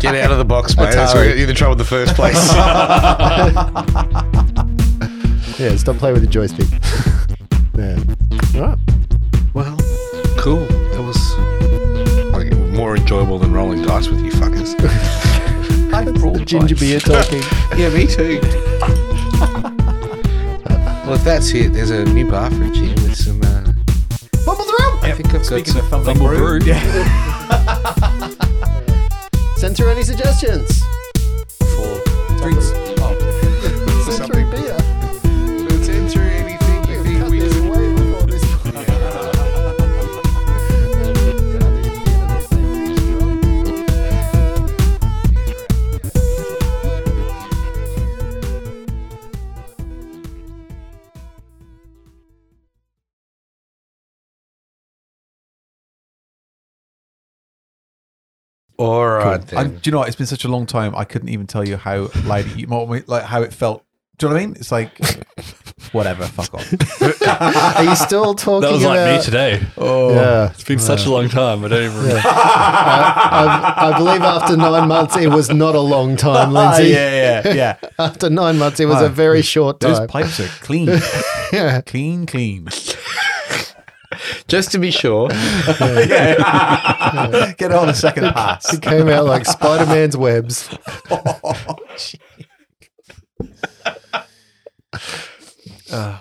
[SPEAKER 3] Get out of the box, mate. <laughs> That's
[SPEAKER 2] Atari.
[SPEAKER 3] where we get you in trouble in the first place.
[SPEAKER 2] Yeah, stop playing with the joystick. <laughs> yeah. All right.
[SPEAKER 3] <laughs> well, cool. That was like, more enjoyable than rolling dice with you fuckers.
[SPEAKER 2] The ginger beer talking.
[SPEAKER 3] <laughs> yeah, me too. well, if that's it, there's a new bar fridge here with some. Uh,
[SPEAKER 2] Bumble through!
[SPEAKER 3] I think I've got some.
[SPEAKER 1] thumbling
[SPEAKER 4] Bumble Brew.
[SPEAKER 1] Yeah.
[SPEAKER 2] <laughs> Send through any suggestions.
[SPEAKER 1] Drinks.
[SPEAKER 2] Send through beer.
[SPEAKER 3] Let's enter anything you
[SPEAKER 2] We've
[SPEAKER 3] think
[SPEAKER 2] cut
[SPEAKER 3] we
[SPEAKER 2] this way before this point.
[SPEAKER 3] All right,
[SPEAKER 1] I,
[SPEAKER 3] then.
[SPEAKER 1] do you know what? It's been such a long time. I couldn't even tell you how loud you, like how it felt. Do you know what I mean? It's
[SPEAKER 2] <laughs>
[SPEAKER 1] like whatever.
[SPEAKER 3] <laughs>
[SPEAKER 1] Fuck off.
[SPEAKER 2] <laughs> Are you still talking
[SPEAKER 4] That was
[SPEAKER 2] about...
[SPEAKER 4] like me today.
[SPEAKER 1] Oh,
[SPEAKER 2] Yeah.
[SPEAKER 4] It's been such a long time. I don't even remember.
[SPEAKER 2] I, I, I believe after nine months, it was not a long time, <laughs> Lindsay.
[SPEAKER 1] Ah, yeah, yeah, yeah.
[SPEAKER 2] After nine months, it was a
[SPEAKER 1] Ah.
[SPEAKER 2] very short
[SPEAKER 1] Those
[SPEAKER 2] time.
[SPEAKER 1] pipes are clean,
[SPEAKER 2] <laughs> yeah.
[SPEAKER 1] clean, clean.
[SPEAKER 3] Just to be
[SPEAKER 1] <laughs>
[SPEAKER 2] <laughs>
[SPEAKER 3] sure,
[SPEAKER 1] Get on a second pass.
[SPEAKER 2] It came out like Spider Man's webs.
[SPEAKER 1] oh, gee.